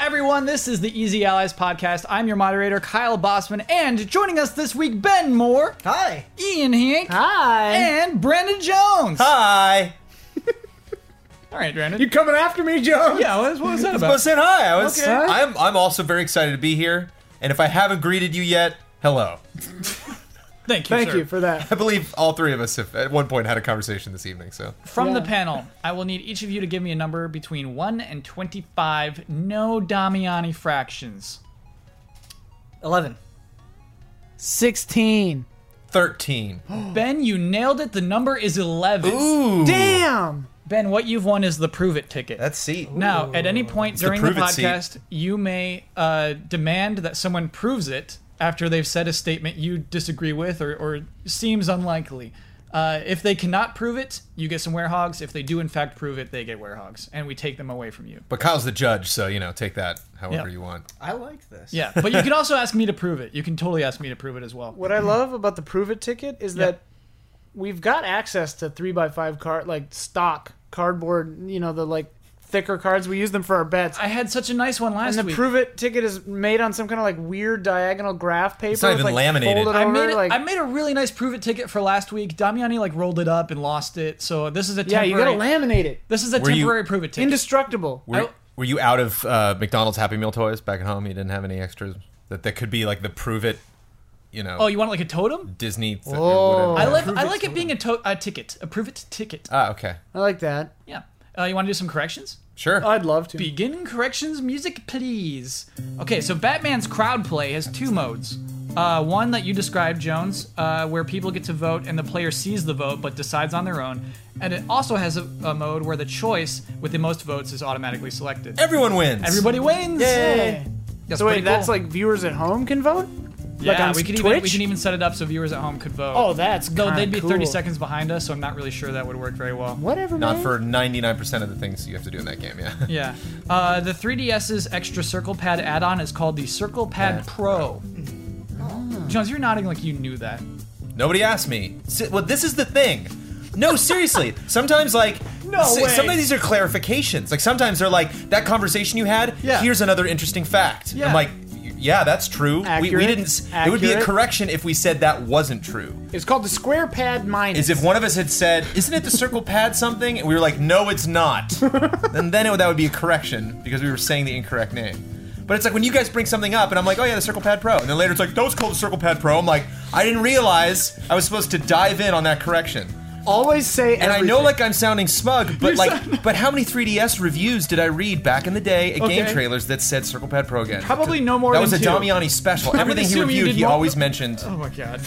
everyone. This is the Easy Allies podcast. I'm your moderator, Kyle Bossman, and joining us this week, Ben Moore, Hi. Ian Hink, Hi. and Brandon Jones. Hi. All right, Brandon. You coming after me, Joe? yeah, what, what was that I was about? saying hi. I was. Okay. I'm. I'm also very excited to be here. And if I haven't greeted you yet, hello. Thank you. Thank sir. you for that. I believe all three of us have at one point had a conversation this evening. So From the Yeah. panel, I will need each of you to give me a number between 1 and 25, no Damiani fractions. 11. 16. thirteen. Ben, you nailed it. The number is 11. Ooh. Damn. Ben, what you've won is the Prove It ticket. That's seat. Now, at any point during the, prove it seat. podcast, you may uh, demand that someone proves it after they've said a statement you disagree with or, or seems unlikely. Uh, if they cannot prove it, you get some werehogs. If they do, in fact, prove it, they get werehogs, and we take them away from you. But Kyle's the judge, so you know, take that however Yeah. you want. I like this. Yeah, but you can also ask me to prove it. You can totally ask me to prove it as well. What I love about the Prove It ticket is Yeah. that we've got access to 3x5 card, like stock cardboard, you know, the like thicker cards. We use them for our bets. I had such a nice one last and the week. Prove It ticket is made on some kind of like weird diagonal graph paper. not with, even like, laminated. folded I over, made, it, like, I made a really nice prove it ticket for last week. Damiani like rolled it up and lost it. So this is a yeah, temporary. you gotta laminate it. This is a Were you- temporary prove it ticket. Indestructible. Were, were you out of uh, McDonald's Happy Meal toys back at home? You didn't have any extras that that could be like the prove it, you know, oh, you want like a totem? Disney. th- Whoa. I whatever. like I like it being a, to- a ticket. A prove it ticket. Ah, okay, I like that. Yeah. Uh, you want to do some corrections? sure. I'd love to. Begin corrections music, please. Okay, so Batman's crowd play has two modes. Uh, one that you described, Jones, uh, where people get to vote and the player sees the vote but decides on their own. And it also has a, a mode where the choice with the most votes is automatically selected. Everyone wins. Everybody wins! Yay. That's So wait, pretty cool. that's like viewers at home can vote? yeah, like on we, can Even, we Twitch? can even set it up so viewers at home could vote. Oh, that's Though kinda they'd be cool. 30 seconds behind us, so I'm not really sure that would work very well. Whatever, Not man. for 99% of the things you have to do in that game, yeah. Yeah. Uh, the 3DS's extra circle pad add on is called the Circle Pad Pad Pro. Oh. Jones, you're nodding like you knew that. Nobody asked me. Si- Well, this is the thing. No, seriously. sometimes, like, No way. sometimes these are clarifications. Like, sometimes they're like, that conversation you had, Yeah. here's another interesting fact. Yeah. I'm like, yeah, that's true. We, we Accurate. didn't. s- It would be a Accurate. correction if we said that wasn't true. It's called the square pad minus. Is if one of us had said, "Isn't it the circle pad something?" and we were like, "No, it's not," and then it, that would be a correction because we were saying the incorrect name. But it's like when you guys bring something up, and I'm like, "Oh yeah, the circle pad pro," and then later it's like, "That was called the circle pad pro." I'm like, "I didn't realize I was supposed to dive in on that correction." always say And I know everything. like I'm sounding smug, but like, but how many 3DS reviews did I read back in the day at game Okay. trailers that said circle pad pro again? Probably no more That than was a two. Damiani special. would Everything he assume you reviewed, did he more- always mentioned. Oh my god.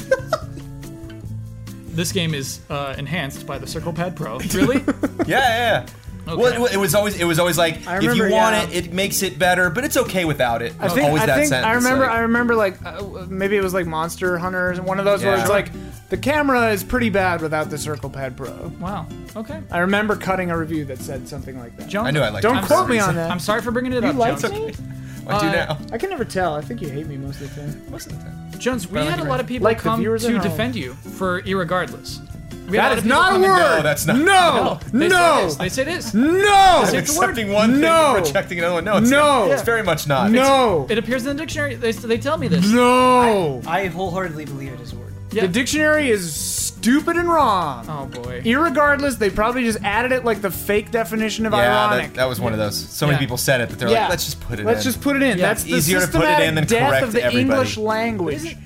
this game is uh, enhanced by the Circle Pad Pro. Really? Yeah, yeah. yeah. Well, Okay. it, wa- it was always it was always like if you remember, want yeah. it, it makes it better, but it's okay without it. I think, always I, that think sentence. I remember. like, I remember like uh, maybe it was like Monster Hunters, one of those where Yeah. it's like the camera is pretty bad without the Circle Pad Pro. wow. Okay. I remember cutting a review that said something like that. Jones, I knew I liked. Don't it. quote me on that. I'm sorry for bringing it up, liked Jones. it? I do uh, now. I can never tell. I think you hate me most of the time. Most of the time. Jones, we But I like had a it. lot of people Like the come viewers at to home. defend you for irregardless. We had That lot is of people not a come word. and- "Oh, No, that's not- No, They say it no, is. They say it is. no, It's a word. Accepting one thing No. and rejecting another one. No, it's No. not. Yeah. it's very much not. no, It appears in the dictionary. They, they tell me this. no. I wholeheartedly believe it is a word. Yeah. The dictionary is stupid and wrong. oh boy. Irregardless, they probably just added it like the fake definition of It's, yeah, ironic. that, that was one of those. So many Yeah. people said it that they're Yeah. like, let's just put it. Let's in. just put it in. Yeah, That's it's the easier to put it systematic in than death correct of the everybody. English language. Isn't-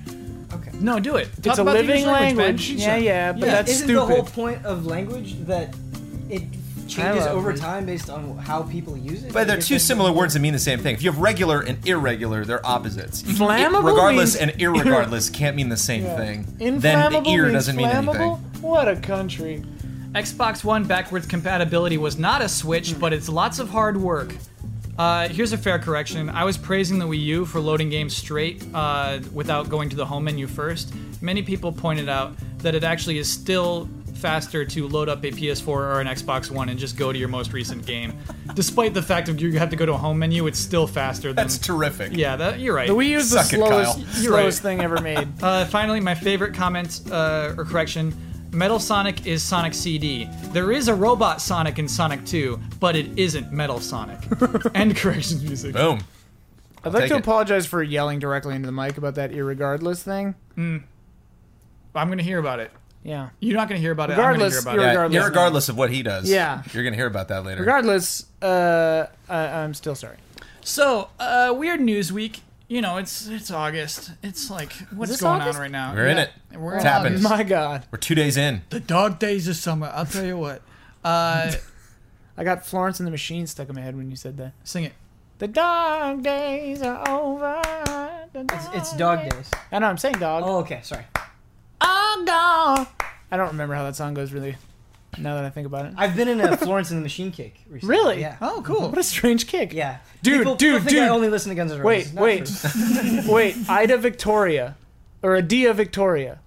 No, do it. Talk a about the living English language. language. Ben. Yeah, yeah, but that's- Isn't the stupid. whole point of language that it changes love over it. time based on how people use it? But they're If two it's- similar words that mean the same thing. If you have regular and irregular, they're opposites. Flammable Regardless and means- irregardless can't mean the same thing. Then Inflammable the ear means doesn't mean flammable? anything. What a country. Xbox One backwards compatibility was not a Hmm. switch, but it's lots of hard work. Uh, here's a fair correction. I was praising the Wii U for loading games straight uh, without going to the home menu first. Many people pointed out that it actually is still faster to load up a PS4 or an Xbox One and just go to your most recent game. Despite the fact that you have to go to a home menu, it's still faster than. That's terrific. yeah, that, you're right. The Wii U's the Suck it, slowest, Kyle. You're right. slowest thing ever made. Uh, finally, my favorite comment uh, or correction: Metal Sonic is Sonic CD. There is a robot Sonic in Sonic 2, but it isn't Metal Sonic. End corrections music. Boom. I'd like take to it. apologize for yelling directly into the mic about that irregardless thing. I'm gonna hear about it. Yeah. You're not gonna hear about Regardless, it. I'm gonna hear about you're- it. Yeah, Regardless. regardless of what he does. Yeah. You're going to hear about that later. Regardless, uh, I, I'm still sorry. So, uh, weird news week. You know, it's it's August. It's like what's this going August? on right now? We're in Yeah. it. We're it's in happened. August. My God, We're two days in. The dog days of summer. I'll tell you what. Uh, I got Florence and the Machine stuck in my head when you said that. sing it. The dog days are over. The It's, it's dog days. I know I'm saying dog. Oh, okay, sorry. Oh, dog. I don't remember how that song goes really. Now that I think about it. I've been in a Florence and the Machine kick recently. Really? Yeah. Oh, cool. What a strange kick. Yeah. Dude, people, dude, people think I dude. only listen to Guns N' Wait, Roses. Not wait, true. wait. Ida Victoria, or Adia Victoria.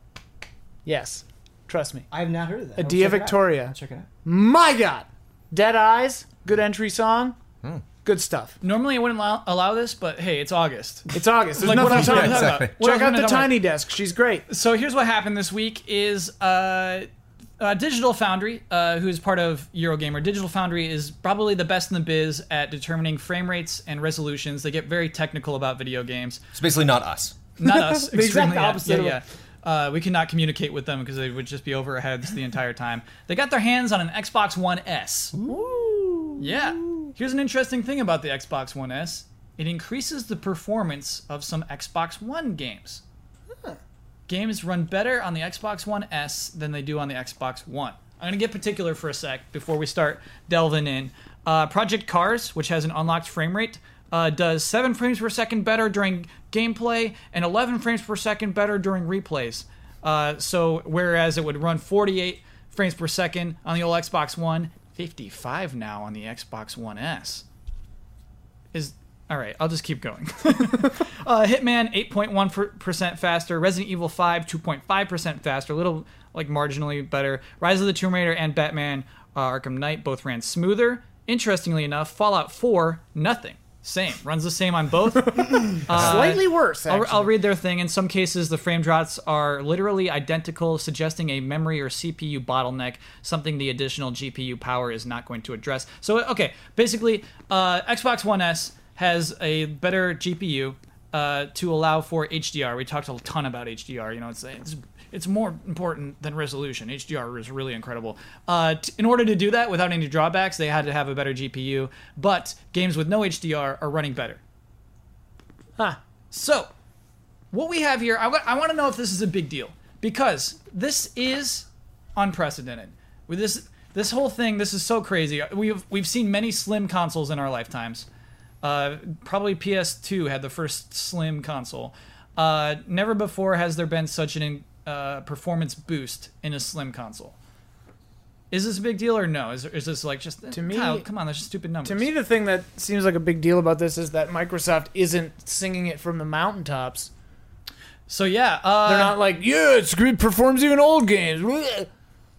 Yes, trust me. I have not heard of that. I will Adia check it out. Victoria. I'll Check it out. My God. Dead Eyes. Good entry song. Good stuff. Normally I wouldn't allow, allow this, but hey, it's August. It's August. There's Like, nothing what else to am I talk talking about. about? exactly. What else Check am out I the talking about? Tiny Desk. She's great. So here's what happened this week is uh, uh, Digital Foundry, uh, who is part of Eurogamer. Digital Foundry is probably the best in the biz at determining frame rates and resolutions. They get very technical about video games. It's basically not us. Not us. The exact extremely- yeah, opposite of- Yeah, yeah. Uh, we could not communicate with them because they would just be over our heads the entire time. They got their hands on an Xbox One S. Yeah. Here's an interesting thing about the Xbox One S. It increases the performance of some Xbox One games. Games run better on the Xbox One S than they do on the Xbox One. I'm going to get particular for a sec before we start delving in. Uh, Project Cars, which has an unlocked frame rate, uh, does 7 frames per second better during gameplay and 11 frames per second better during replays. Uh, so, whereas it would run 48 frames per second on the old Xbox One, 55 now on the Xbox One S. Is all right. I'll just keep going. uh, Hitman 8.1 percent faster. Resident Evil 5 2.5 percent faster. A little like marginally better. Rise of the Tomb Raider and Batman uh, Arkham Knight both ran smoother. Interestingly enough, Fallout 4 nothing. Same runs the same on both. Uh, Uh, Slightly worse. I'll, Actually. I'll read their thing. In some cases, the frame drops are literally identical, suggesting a memory or CPU bottleneck, something the additional GPU power is not going to address. So, okay, basically, uh, Xbox One S has a better GPU uh, to allow for HDR. We talked a ton about HDR. You know, it's it's it's more important than resolution. HDR is really incredible. Uh, t- in order to do that without any drawbacks, they had to have a better GPU. But games with no HDR are running better. So, what we have here, I want to know if this is a big deal because this is unprecedented. With this, this whole thing, this is so crazy. We've we've seen many slim consoles in our lifetimes. Uh, probably PS2 had the first slim console. Uh, never before has there been such an in- uh, performance boost in a slim console. Is this a big deal or no? Is, is this like just to me- come on, that's just stupid numbers. To me, the thing that seems like a big deal about this is that Microsoft isn't singing it from the mountaintops. so yeah, uh, They're not like, yeah, it's it performs even old games. Bleh.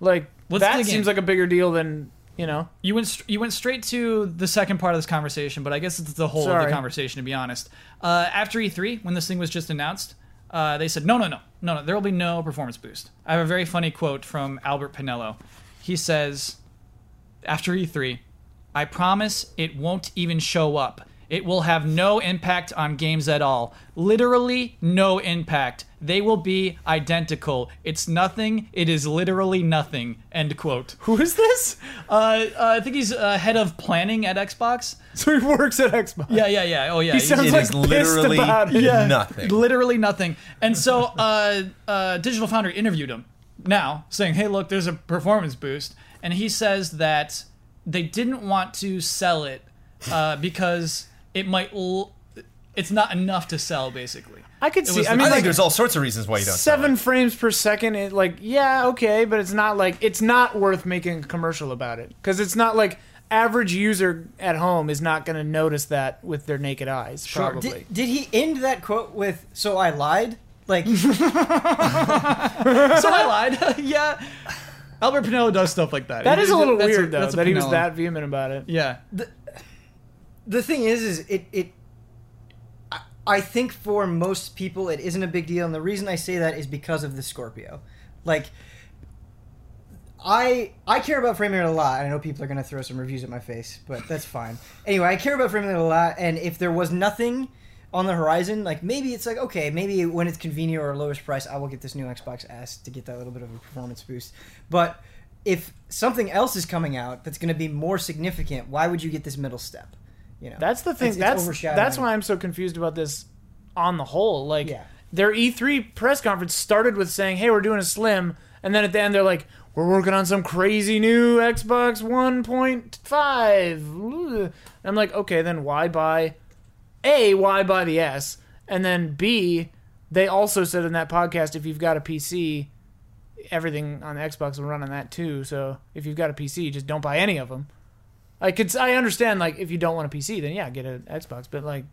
Like Let's that dig in. seems like a bigger deal than you know. You went str you went straight to the second part of this conversation, but I guess it's the whole of Sorry. the conversation to be honest. Uh, after E3, when this thing was just announced, uh, they said no, no, no, no, no. There will be no performance boost. I have a very funny quote from Albert Pinello. He says, after E3, I promise it won't even show up. It will have no impact on games at all. Literally no impact. They will be identical. It's nothing. It is literally nothing. End quote. Who is this? Uh, uh, I think he's uh, head of planning at Xbox. So he works at Xbox. Yeah, yeah, yeah. Oh, yeah. He He's- sounds It like is pissed literally about it. nothing. Literally nothing. And so uh, uh, Digital Foundry interviewed him now, saying, hey, look, there's a performance boost. And he says that they didn't want to sell it uh, because it might. L- it's not enough to sell, basically. I could It see. was the- I I mean, think like, there's all sorts of reasons why you don't. sell seven it. frames per second. It like yeah, okay, but it's not like it's not worth making a commercial about it because it's not like average user at home is not going to notice that with their naked eyes. Probably. Did, did he end that quote with "So I lied"? Like, so I lied. yeah. Albert Pinello does stuff like that. that is a little That's weird though that's a that he was Pinello. that vehement about it. Yeah. the thing is, is it it. I- I think for most people it isn't a big deal, and the reason I say that is because of the Scorpio. Like, I I care about frame rate a lot. and I know people are gonna throw some reviews at my face, but that's fine. Anyway, I care about frame rate a lot, and if there was nothing on the horizon, like maybe it's like okay, maybe when it's convenient or lowest price, I will get this new Xbox S to get that little bit of a performance boost. But if something else is coming out that's going to be more significant, why would you get this middle step? You know, That's the thing. It's- it's that's overshadowing. that's why I'm so confused about this. On the whole, like Yeah. their E3 press conference started with saying, "Hey, we're doing a slim," and then at the end they're like, "We're working on some crazy new Xbox 1.5." Ugh. I'm like, okay, then why buy? A, why buy the S? And then B, they also said in that podcast, if you've got a PC, everything on the Xbox will run on that too. So if you've got a PC, just don't buy any of them. I could I understand like if you don't want a PC, then yeah, get an Xbox. But like,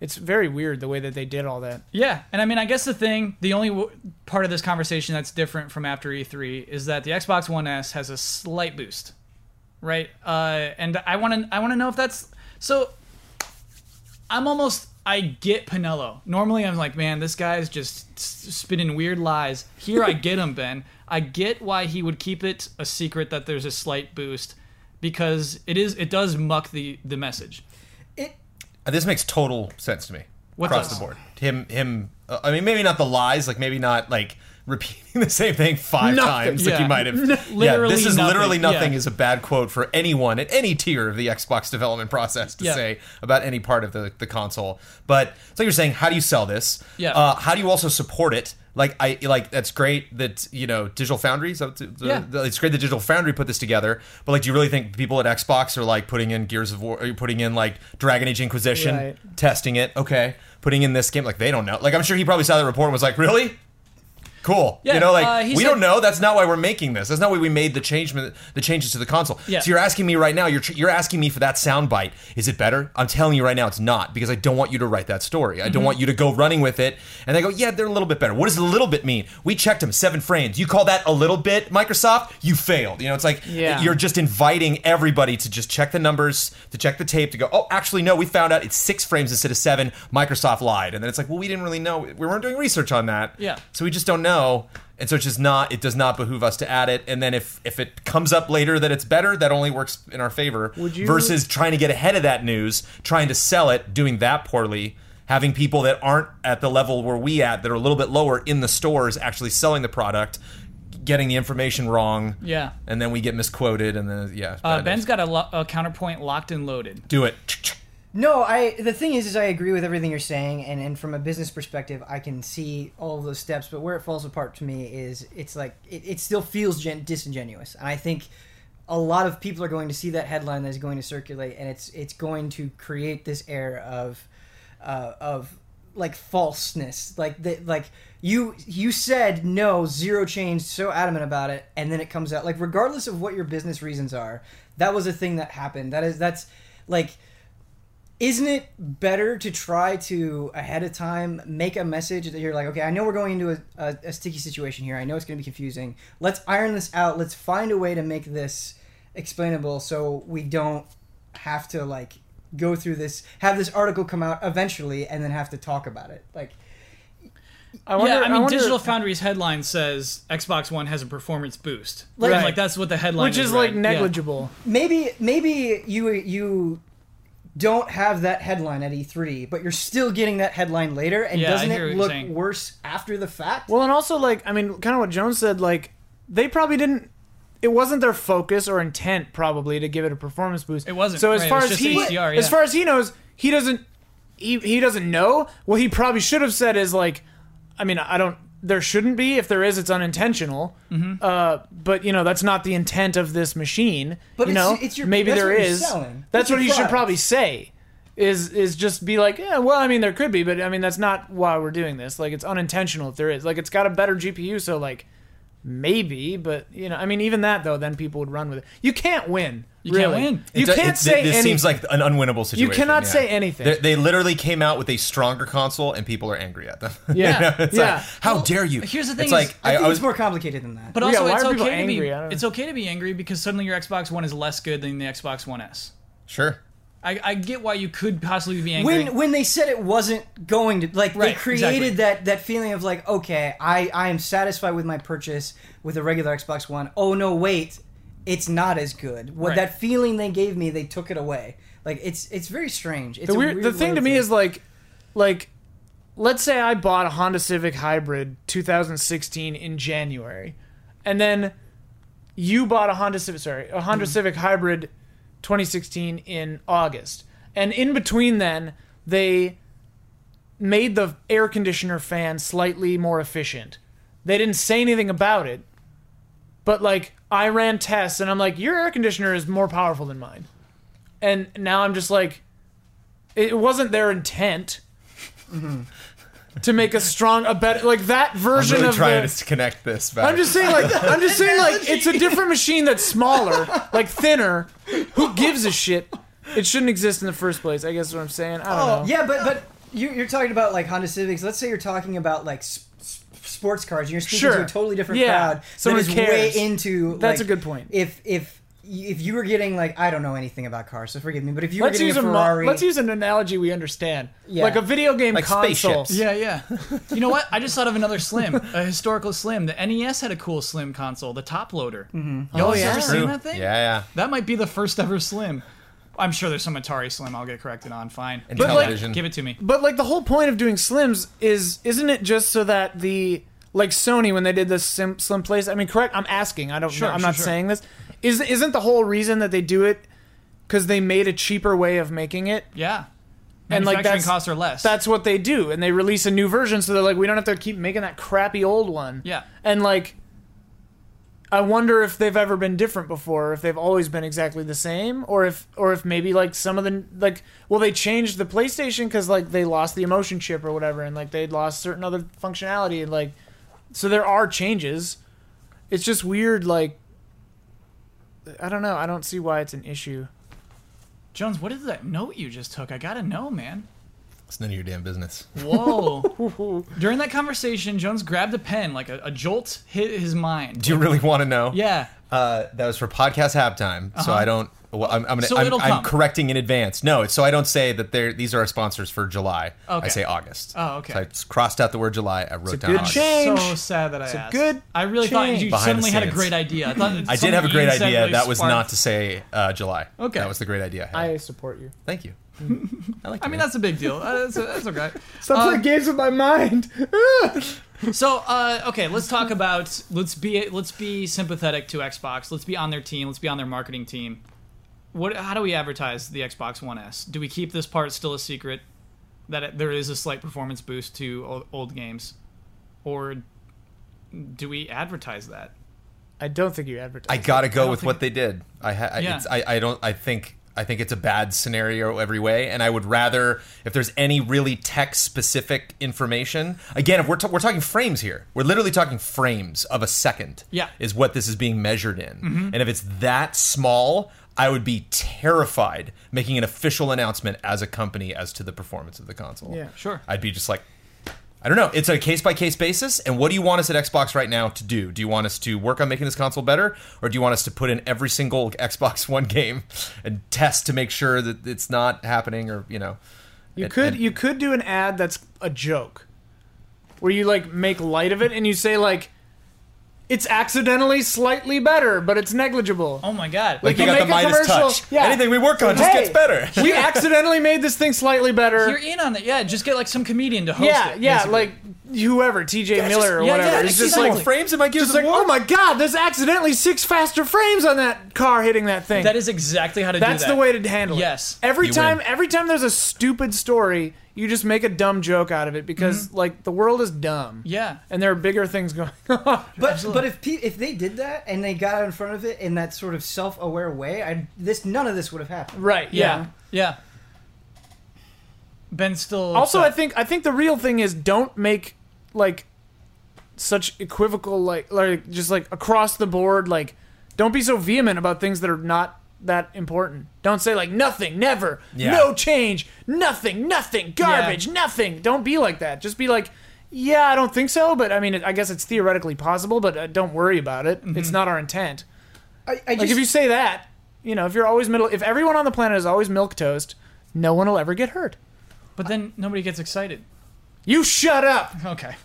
it's very weird the way that they did all that. Yeah, and I mean, I guess the thing, the only w- part of this conversation that's different from after E3 is that the Xbox One S has a slight boost, right? Uh, and I want to, I want to know if that's so. I'm almost, I get Pinello. Normally, I'm like, man, this guy's just s- spinning weird lies. Here, I get him, Ben. I get why he would keep it a secret that there's a slight boost because it is, it does muck the the message. it Uh, This makes total sense to me What across does? the board. Him, him. Uh, I mean, maybe not the lies, like maybe not like repeating the same thing five Nothing. times, like Yeah. you might have. yeah, Literally this is nothing. literally nothing Yeah. is a bad quote for anyone at any tier of the Xbox development process to Yeah. say about any part of the, the console. But so you're saying, how do you sell this? Yeah. Uh, how do you also support it? Like I like that's great that you know Digital Foundry. So the, the- Yeah. the- it's great that Digital Foundry put this together. But like, do you really think people at Xbox are like putting in Gears of War, are you putting in like Dragon Age Inquisition? Right. testing it. Okay, putting in this game. Like they don't know. Like I'm sure he probably saw that report and was like, really. Cool. Yeah, you know, like uh, he we said- don't know. That's not why we're making this. That's not why we made the change, the changes to the console. Yeah. So you're asking me right now. You're tr- you're asking me for that soundbite. Is it better? I'm telling you right now, it's not because I don't want you to write that story. I Mm-hmm. don't want you to go running with it. And they go, yeah, they're a little bit better. What does a little bit mean? We checked them seven frames. You call that a little bit, Microsoft? You failed. You know, it's like Yeah. you're just inviting everybody to just check the numbers, to check the tape, to go, oh, actually, no, we found out it's six frames instead of seven. Microsoft lied. And then it's like, well, we didn't really know. We weren't doing research on that. Yeah. So we just don't know. And so it's just not, it does not behoove us to add it. And then if, if it comes up later that it's better, that only works in our favor. Would you- versus trying to get ahead of that news, trying to sell it, doing that poorly. Having people that aren't at the level where we at, that are a little bit lower in the stores, actually selling the product, getting the information wrong, Yeah. and then we get misquoted, and then yeah. it's Uh, bad Ben's news. got a, lo- a counterpoint locked and loaded. do it. No, I the thing is is I agree with everything you're saying and, and from a business perspective I can see all of those steps, but where it falls apart to me is it's like it, it still feels gen- disingenuous. And I think a lot of people are going to see that headline that is going to circulate and it's it's going to create this air of uh, of like falseness. Like the like you you said no, zero change, so adamant about it, and then it comes out. Like regardless of what your business reasons are, that was a thing that happened. That is that's like isn't it better to try to ahead of time make a message that you're like okay i know we're going into a, a, a sticky situation here i know it's going to be confusing let's iron this out let's find a way to make this explainable so we don't have to like go through this have this article come out eventually and then have to talk about it like I wonder. yeah, I mean, wonder- Digital Foundry's headline says Xbox One has a performance boost. Like- Like, like that's what the headline which is right? like Yeah. negligible. maybe maybe you you don't have that headline at E3, but you're still getting that headline later, and Yeah, I doesn't hear what it you're look saying. worse after the fact? Well, and also like I mean, kind of what Jones said. Like they probably didn't. It wasn't their focus or intent probably to give it a performance boost. It wasn't, So as right, it far was as just he, HDR, as yeah. far as he knows, he doesn't. He, he doesn't know. What he probably should have said is like, I mean, I don't. There shouldn't be. If there is, it's unintentional. Mm-hmm. Uh, but you know, that's not the intent of this machine. But you it's- know, it's your- maybe that's there what you're is. selling. It's That's your what he should product. probably say. Is is just be like, yeah, well, I mean, there could be, but I mean, that's not why we're doing this. Like, it's unintentional if there is. Like, it's got a better GPU, so like, maybe. But you know, I mean, even that though, then people would run with it. You can't win. You can't really. win. You It do- can't it- say This any- seems like an unwinnable situation. cannot yeah. say anything. They, they literally came out with a stronger console, and people are angry at them. Yeah. it's Yeah. like, how dare you? here's the It's thing like is, I, I, think I was it's more complicated than that. But Yeah, also, why it's are people okay to angry? be I don't know. it's okay to be angry because suddenly your Xbox One is less good than the Xbox One S. sure. I, I get why you could possibly be angry. when when they said it wasn't going to like they Right, created exactly. that that feeling of like okay I I am satisfied with my purchase with a regular Xbox One. Oh no wait it's not as good what Right. that feeling they gave me they took it away like it's it's very strange it's the a weird, weird the thing way to me is like like let's say I bought a Honda Civic Hybrid 2016 in January, and then you bought a Honda Civic sorry a Hmm. Honda Civic Hybrid 2016 in August, and in between then they made the air conditioner fan slightly more efficient. They didn't say anything about it, but like I ran tests and I'm like, your air conditioner is more powerful than mine, and now I'm just like, it wasn't their intent to make a strong a better like that I'm version really of trying the, to connect this back. I'm just saying like I'm just saying like it's a different machine that's smaller, like thinner. Who gives a shit? It shouldn't exist in the first place. I guess is what I'm saying. I don't know. Yeah, but but you, you're talking about like Honda Civics. Let's say you're talking about like s- s- sports cars, and you're speaking to Sure. a totally different Yeah. crowd. Someone that is cares. way into. That's like, a good point. If if y- if you were getting like I don't know anything about cars, so forgive me, but if you were Let's getting use a a mo- Ferrari, let's use an analogy we understand. Yeah. Like a video game Like console. spaceships. Yeah, yeah. You know what? I just thought of another Slim, a historical Slim. The NES had a cool Slim console, the top loader. Y'all have Oh, yeah. ever True. seen that thing? Yeah, yeah. That might be the first ever Slim. I'm sure there's some Atari Slim I'll get corrected on. Fine. And But, like, television. Give it to me. But like the whole point of doing slims is isn't it just so that the like Sony when they did the sim, slim place I mean correct I'm asking I don't Sure, know, I'm sure, not sure. saying this is isn't the whole reason that they do it cuz they made a cheaper way of making it Yeah. And, like, Manufacturing that's- costs are less. that's what they do and they release a new version so they're like we don't have to keep making that crappy old one Yeah. and like I wonder if they've ever been different before, if they've always been exactly the same, or if or if maybe like some of the like well they changed the PlayStation because like they lost the emotion chip or whatever, and like they lost certain other functionality, and like so there are changes. It's just weird, like I don't know, I don't see why it's an issue. Jones, what is that note you just took? I gotta know, man. It's none of your damn business. Whoa. During that conversation, Jones grabbed a pen, like a, a jolt hit his mind. Do you really want to know? Yeah. Uh, that was for podcast half time, Uh-huh. so I don't. Well, I'm, I'm, gonna, So I'm, it'll I'm come. correcting in advance. No, it's so I don't say that they're, these are our sponsors for July. I Okay. say August. Oh, okay. So I just crossed out the word July. I wrote a down good August. change. So sad that I asked. good I really thought change. you Behind the suddenly had a scenes. great idea. I, thought I did something have a great you said idea. really that was sparked- not to say uh, July. Okay. That was the great idea. I had. I support you. Thank you. I like. I mean, that. that's a big deal. Uh, that's, that's okay. Stop playing games with my mind. So uh, okay, let's talk about let's be let's be sympathetic to Xbox. Let's be on their team. Let's be on their marketing team. What? How do we advertise the Xbox One S? Do we keep this part still a secret that it, there is a slight performance boost to old, old games, or do we advertise that? I don't think you advertise. I gotta go don't with think- what they did. I, ha- I- Yeah. it's, I I don't I think I think it's a bad scenario every way, and I would rather if there's any really tech specific information. Again, if we're ta- we're talking frames here, we're literally talking frames of a second. Yeah. Mm-hmm. is what this is being measured in, and if it's that small. I would be terrified making an official announcement as a company as to the performance of the console. Yeah. Sure. I'd be just like, I don't know. It's a case by case basis. And what do you want us at Xbox right now to do? Do you want us to work on making this console better, or do you want us to put in every single Xbox One game and test to make sure that it's not happening, or you know? You And- could and- you could do an ad that's a joke, where you like make light of it and you say like, it's accidentally slightly better, but it's negligible. Oh my god! Like you you got make the a Midas commercial- touch. yeah. Anything we work on Hey, just gets better. we accidentally made this thing slightly better. you're in on it. Yeah, just get like some comedian to host yeah, it. yeah, basically. like whoever, T.J. Miller or yeah, yeah, whatever. it's it's just just like More frames in my just like, oh my god, there's accidentally six faster frames on that car hitting that thing. that is exactly how to That's do that. the way to handle it. Yes. Every You time, win. every time there's a stupid story, you just make a dumb joke out of it because like the world is dumb. Mm-hmm. Yeah. And there are bigger things going on. But but if pe- if they did that and they got out in front of it in that sort of self-aware way, I this none of this would have happened. right. Yeah. Yeah. Ben's still Also, I upset. think I think the real thing is don't make like such equivocal like like just like across the board like don't be so vehement about things that are not that important. Don't say like nothing, never, Yeah. no change, nothing, nothing, garbage, nothing. Don't be like that. Just be like, yeah, I don't think so, but I mean, I guess it's theoretically possible, but uh, don't worry about it. It's not our intent. I, I just, Like if you say that, you know, if you're always middle, if everyone on the planet is always milk toast, no one will ever get hurt. but then nobody gets excited. You shut up. Okay.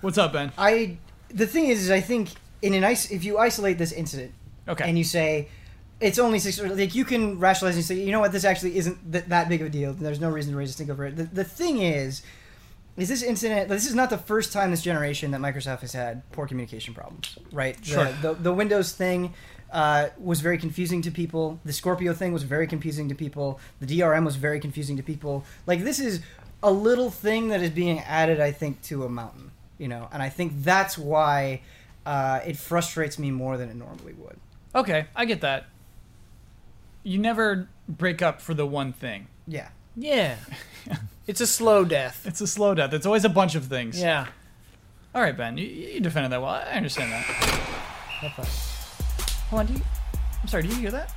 What's up, Ben? I the thing is, is I think in an ice if you isolate this incident Okay. and you say it's only six. or, Like you can rationalize and say, you know what, this actually isn't th- that big of a deal. There's no reason to raise a stink over it. The, the thing is, is this incident? This is not the first time this generation that Microsoft has had poor communication problems, right? Sure. The, the, the Windows thing uh, was very confusing to people. The Scorpio thing was very confusing to people. The DRM was very confusing to people. Like this is a little thing that is being added, I think, to a mountain, you know. And I think that's why uh, it frustrates me more than it normally would. Okay, I get that. You never break up for the one thing. Yeah. Yeah. it's a slow death. It's a slow death. It's always a bunch of things. Yeah. All right, Ben, you, you defended that well. I understand that. Hold on, do you, I'm sorry. Do you hear that?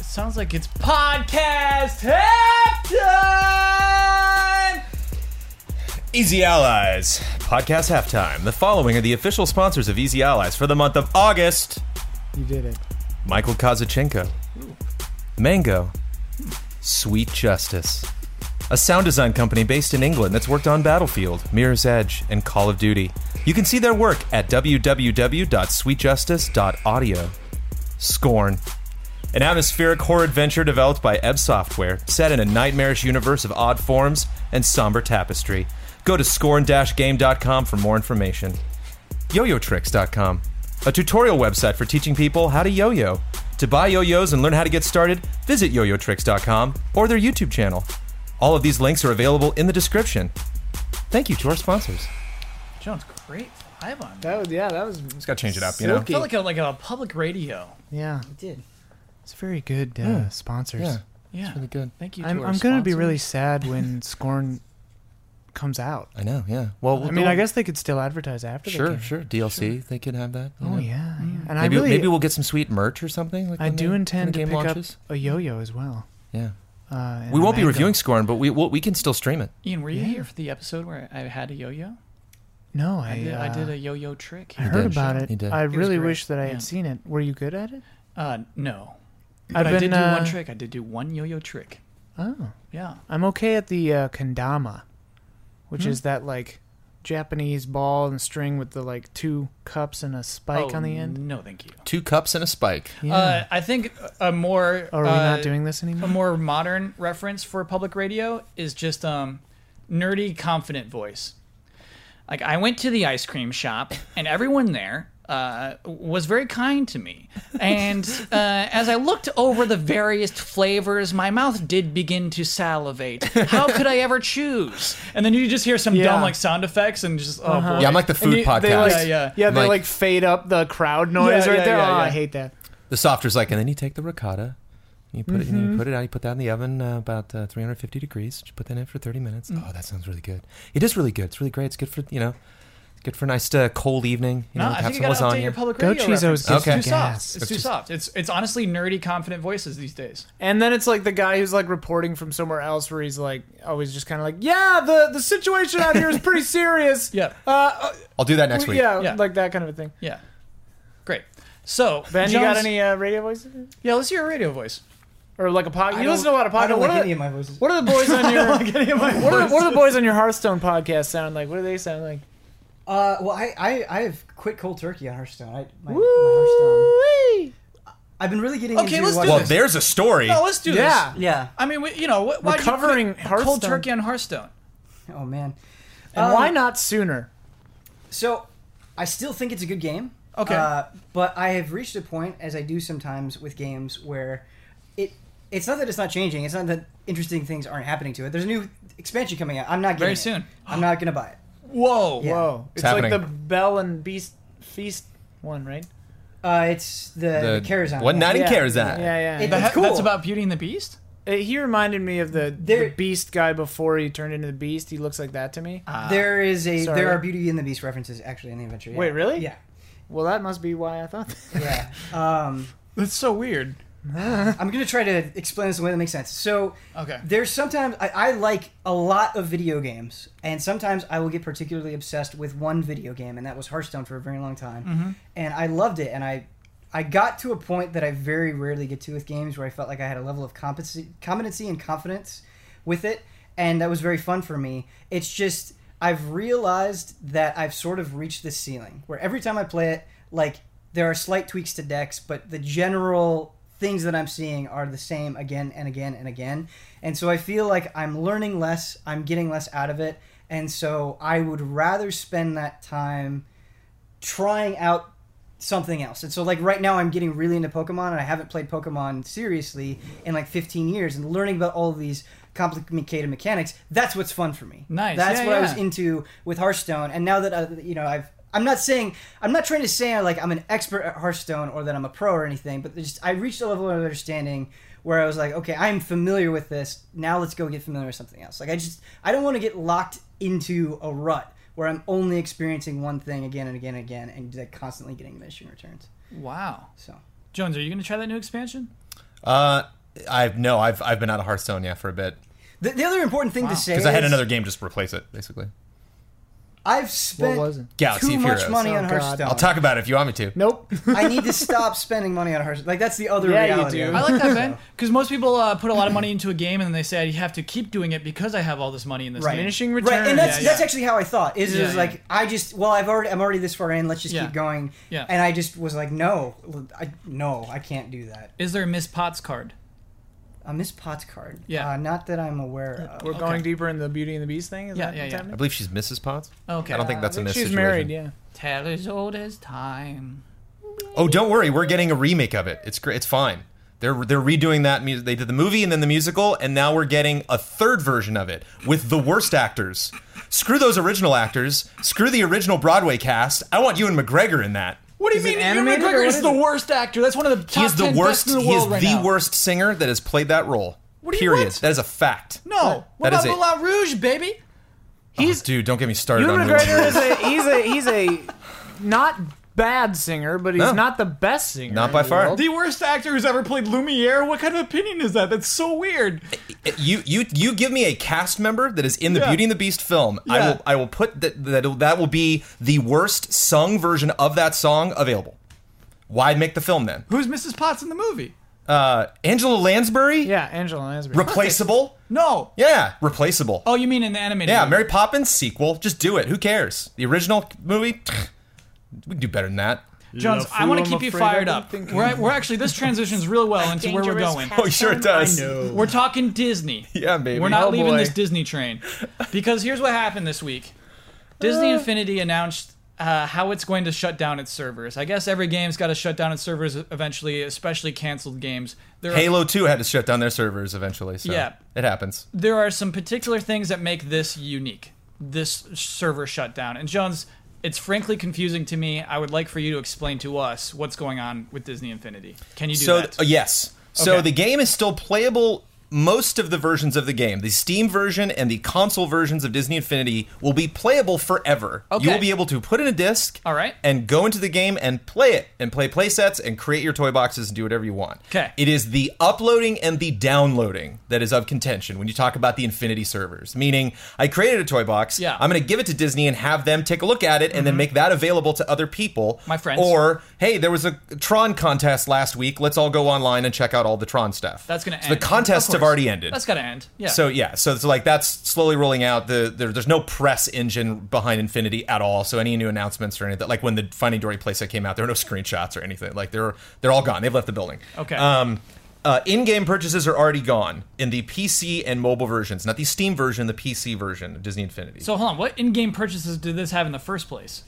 It sounds like it's podcast halftime. Easy Allies podcast halftime. The following are the official sponsors of Easy Allies for the month of August: You did it. Michael Kazachenko, Mango, Sweet Justice, a sound design company based in England that's worked on Battlefield, Mirror's Edge, and Call of Duty. You can see their work at www.sweetjustice.audio. Scorn. An atmospheric horror adventure developed by Ebb Software, set in a nightmarish universe of odd forms and somber tapestry. Go to scorn-game.com for more information. YoYoTricks.com, a tutorial website for teaching people how to yo-yo. To buy yo-yos and learn how to get started, visit YoYoTricks.com or their YouTube channel. All of these links are available in the description. Thank you to our sponsors. Jones, great live on. That was, yeah, that was. Just gotta change it up, you know. I felt like a, like a public radio. Yeah. It did. It's very good uh, Hmm. sponsors. Yeah, really good. Thank you. To I'm, our I'm going to be sponsor. really sad when Scorn comes out. I know. Yeah. Well, I mean, I guess they could still advertise after. they sure, came. sure. DLC, they could have that. you Oh know. yeah, yeah. and I Maybe, really, maybe we'll get some sweet merch or something. Like I when do the- when intend the to game pick launches. up a yo-yo as well. Yeah. Uh, and We a won't be mango. reviewing Scorn, but we we'll, we can still stream it. Ian, were you Yeah. here for the episode where I had a yo-yo? No, I, I, did, uh, I did a yo-yo trick. I heard did. about You it. did. I It was really great. wish that I had Yeah. seen it. Were you good at it? Uh, no, I've but I been, did do uh, one trick. I did do one yo-yo trick. Oh, Yeah. I'm okay at the uh, kendama, which Hmm. is that like Japanese ball and string with the like two cups and a spike Oh, on the end. No, thank you. Two cups and a spike. Yeah. Uh, I think a more Are we uh, not doing this a anymore? more modern reference for public radio is just um nerdy confident voice. Like I went to the ice cream shop and everyone there uh, was very kind to me. And uh, as I looked over the various flavors, my mouth did begin to salivate. How could I ever choose? And then you just hear some Yeah. Uh-huh. dumb like sound effects and just oh boy. Yeah, I'm like the And food you- podcast. They like, Yeah, yeah. they Like- like, fade up the crowd noise Yeah, right yeah, there. yeah, oh, I yeah. hate that. The softer's like, and then you take the ricotta, and you put it, Mm-hmm. and you put it out, you put that in the oven uh, about uh, 350 degrees. Just put that in for 30 minutes. Mm. Oh, that sounds really good. It is really good. It's really great. It's good for you know, it's good for a nice uh, cold evening. You No, know, I have think you gotta some update lasagna. your public Go radio. Cheezos references. gives It's you too gas. soft. It's too soft. It's it's honestly nerdy, confident voices these days. And then it's like the guy who's like reporting from somewhere else, where he's like always just kind of like, yeah, the the situation out here is pretty serious. Yeah. Uh, uh, I'll do that next week. yeah, Yeah. like that kind of a thing. Yeah. Great. So, Ben, you got Jones- any uh, radio voices Yeah, let's hear a radio voice. or like a podcast? You listen to a don't- lot of podcasts. I don't what, like are, any of my voices. what are the boys on your what, are, what are the boys on your Hearthstone podcast sound like? What do they sound like? Uh, well, I, I I have quit cold turkey on Hearthstone. I my, my Hearthstone. Woo-wee. I've been really getting Okay, into let's do Well, watching- this. there's a story. No, let's do Yeah. this. Yeah. I mean, we, you know, what, why'd you quit Recovering cold Hearthstone. turkey on Hearthstone? Oh man. And Um, why not sooner? So, I still think it's a good game. Okay. Uh, but I have reached a point, as I do sometimes with games, where it it's not that it's not changing. It's not that interesting things aren't happening to it. There's a new expansion coming out. I'm not getting Very it. soon. I'm not gonna buy it. Whoa. Yeah. Whoa, it's, It's like the happening. Bell and Beast Feast one, right? Uh, it's the, the, Karazhan What one. not in Yeah. Yeah, Karazhan? yeah. It- The It's he- cool. That's about Beauty and the Beast? Uh, he reminded me of the, the There- beast guy before he turned into the beast. He looks like that to me. Ah. There is a Sorry. there are Beauty and the Beast references actually in the adventure. Yeah. Wait, really? Yeah. Well, that must be why I thought. That. Yeah. Um, That's so weird. I'm gonna try to explain this in a way that makes sense. So Okay. there's sometimes I, I like a lot of video games, and sometimes I will get particularly obsessed with one video game, and that was Hearthstone for a very long time, and I loved it, and I. I got to a point that I very rarely get to with games where I felt like I had a level of competency, competency and confidence with it, and that was very fun for me. It's just I've realized that I've sort of reached this ceiling where every time I play it, like There are slight tweaks to decks, but the general things that I'm seeing are the same again and again and again. And so I feel like I'm learning less, I'm getting less out of it. And so I would rather spend that time trying out something else. And so like right now I'm getting really into Pokemon and I haven't played Pokemon seriously in like 15 years and learning about all of these complicated mechanics. That's what's fun for me. Nice. That's Yeah, what I was yeah. into with Hearthstone and now that I, you know I've I'm not saying I'm not trying to say like I'm an expert at Hearthstone or that I'm a pro or anything, but there's just I reached a level of understanding where I was like, okay, I'm familiar with this. Now let's go get familiar with something else. Like I just I don't want to get locked into a rut where I'm only experiencing one thing again and again and again and like constantly getting mission returns. Wow. So Jones, are you going to try that new expansion? Uh, I've no, I've I've been out of Hearthstone yeah for a bit the, the other important thing to say because I had is another game just replace it basically. I've spent was it? Galaxy too of much Heroes. money Oh, on God. Hearthstone. I'll talk about it if you want me to. Nope. I need to stop spending money on Hearthstone. Like that's the other Yeah, you reality. do. of it. I like that, Ben, because most people uh, put a lot of money into a game and then they say, I have to keep doing it because I have all this money in this Right. game." Diminishing Right, return. and that's Yeah, that's yeah. actually how I thought. Is it Yeah, was yeah. like I just well I've already I'm already this far in. Let's just Yeah. keep going. Yeah. And I just was like, no, I no, I can't do that. Is there a Miss Potts card? A Miss Potts card. Yeah. Uh, not that I'm aware of. We're going deeper in the Beauty and the Beast thing. Is Yeah, that yeah, what's yeah. I happening? believe she's Mrs. Potts. Okay. I don't think that's a I think Miss. she's situation. married. Yeah. Tale as old as time. Oh, don't worry, we're getting a remake of it. It's great. It's fine. They're they're redoing that. mu- They did the movie and then the musical, and now we're getting a third version of it with the worst actors. Screw those original actors. Screw the original Broadway cast. I want Ewan McGregor in that. What do you it mean? Ewan animated or McGregor what is is the it? worst actor. That's one of the top He is the 10 worst. best in the he is world right the now. worst singer that has played that role. do you- Period. what? That is a fact. No. Oh, What That is about it. Moulin Rouge, baby? He's dude. Don't get me started Ewan on McGregor McGregor. is a he's a he's a not bad singer, but he's No. not the best singer. Not in by the far. world. The worst actor who's ever played Lumiere? What kind of opinion is that? That's so weird. You you you give me a cast member that is in the Yeah. Beauty and the Beast film. I Yeah. will I will put that that that will be the worst sung version of that song available. Why make the film then? Who's Mrs. Potts in the movie? Uh, Angela Lansbury, Yeah, Angela Lansbury. replaceable. No. Yeah, replaceable. Oh, you mean in the animated? yeah, movie. Mary Poppins sequel. Just do it. Who cares? The original movie. We can do better than that. Jones, I want to fool, I'm keep you afraid fired I've up. been thinking. We're, we're actually this transitions real well into where we're going. Oh, sure it does. I know. We're talking Disney. Yeah, baby. We're not Oh, leaving boy. this Disney train because here's what happened this week. Disney Infinity announced uh, how it's going to shut down its servers. I guess every game's got to shut down its servers eventually, especially canceled games. There are, Halo Two had to shut down their servers eventually. So Yeah. it happens. there are some particular things that make this unique. This server shutdown. And Jones, it's frankly confusing to me. I would like for you to explain to us what's going on with Disney Infinity. Can you do so that? uh, yes so Okay. the game is still playable most of the versions of the game the steam version and the console versions of disney infinity will be playable forever Okay. you will be able to put in a disc All right. and go into the game and play it and play play sets and create your toy boxes and do whatever you want Okay. it is the uploading and the downloading that is of contention when you talk about the infinity servers meaning i created a toy box Yeah. Mm-hmm. i'm going to give it to disney and have them take a look at it and then make that available to other people My friends. or hey, there was a Tron contest last week. Let's all go online and check out all the Tron stuff. That's gonna So end. The contests Of have course. already ended. That's gotta end. Yeah. So yeah, so it's like that's slowly rolling out. The there, there's no press engine behind Infinity at all. So any new announcements or anything like when the Finding Dory playset came out, there were no screenshots or anything. Like they're they're all gone. They've left the building. Okay. Um, uh, in-game purchases are already gone in the PC and mobile versions, not the Steam version, the PC version of Disney Infinity. So hold on, what in-game purchases did this have in the first place?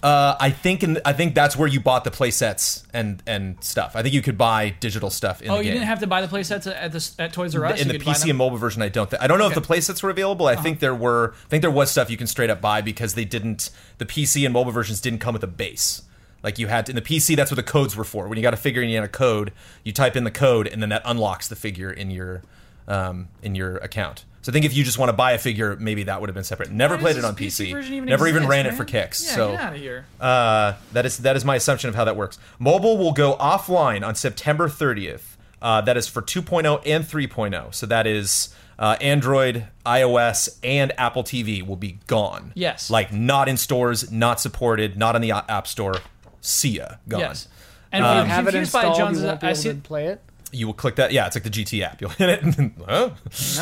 Uh, I think in, I think that's where you bought the play sets and and stuff. I think you could buy digital stuff in Oh, the you game. didn't have to buy the playsets at, at, the, at Toys R Us. in you the could buy them? PC Uh-huh. and mobile version, I don't. Th- I don't know if the play sets were available. I think there were. I think there was stuff you can straight up buy because they didn't. The PC and mobile versions didn't come with a base. Like you had to, in the PC, that's what the codes were for. When you got a figure and you had a code, you type in the code, and then that unlocks the figure in your um, in your account. So I think if you just want to buy a figure, maybe that would have been separate. Never Why played does it on this PC. version even Never even exist, ran man? it for kicks. Yeah, so get out of here. uh, that is that is my assumption of how that works. Mobile will go offline on September 30th. Uh, that is for 2.0 and 3.0. So that is uh, Android, iOS, and Apple TV will be gone. Yes. like not in stores, not supported, not on the a- App Store. See ya, gone. Yes. And If if you Um, you're have it confused by installed, John's, you won't be I able see. to play it. You will click that. Yeah, it's like the GT app. You'll hit it. And then, oh,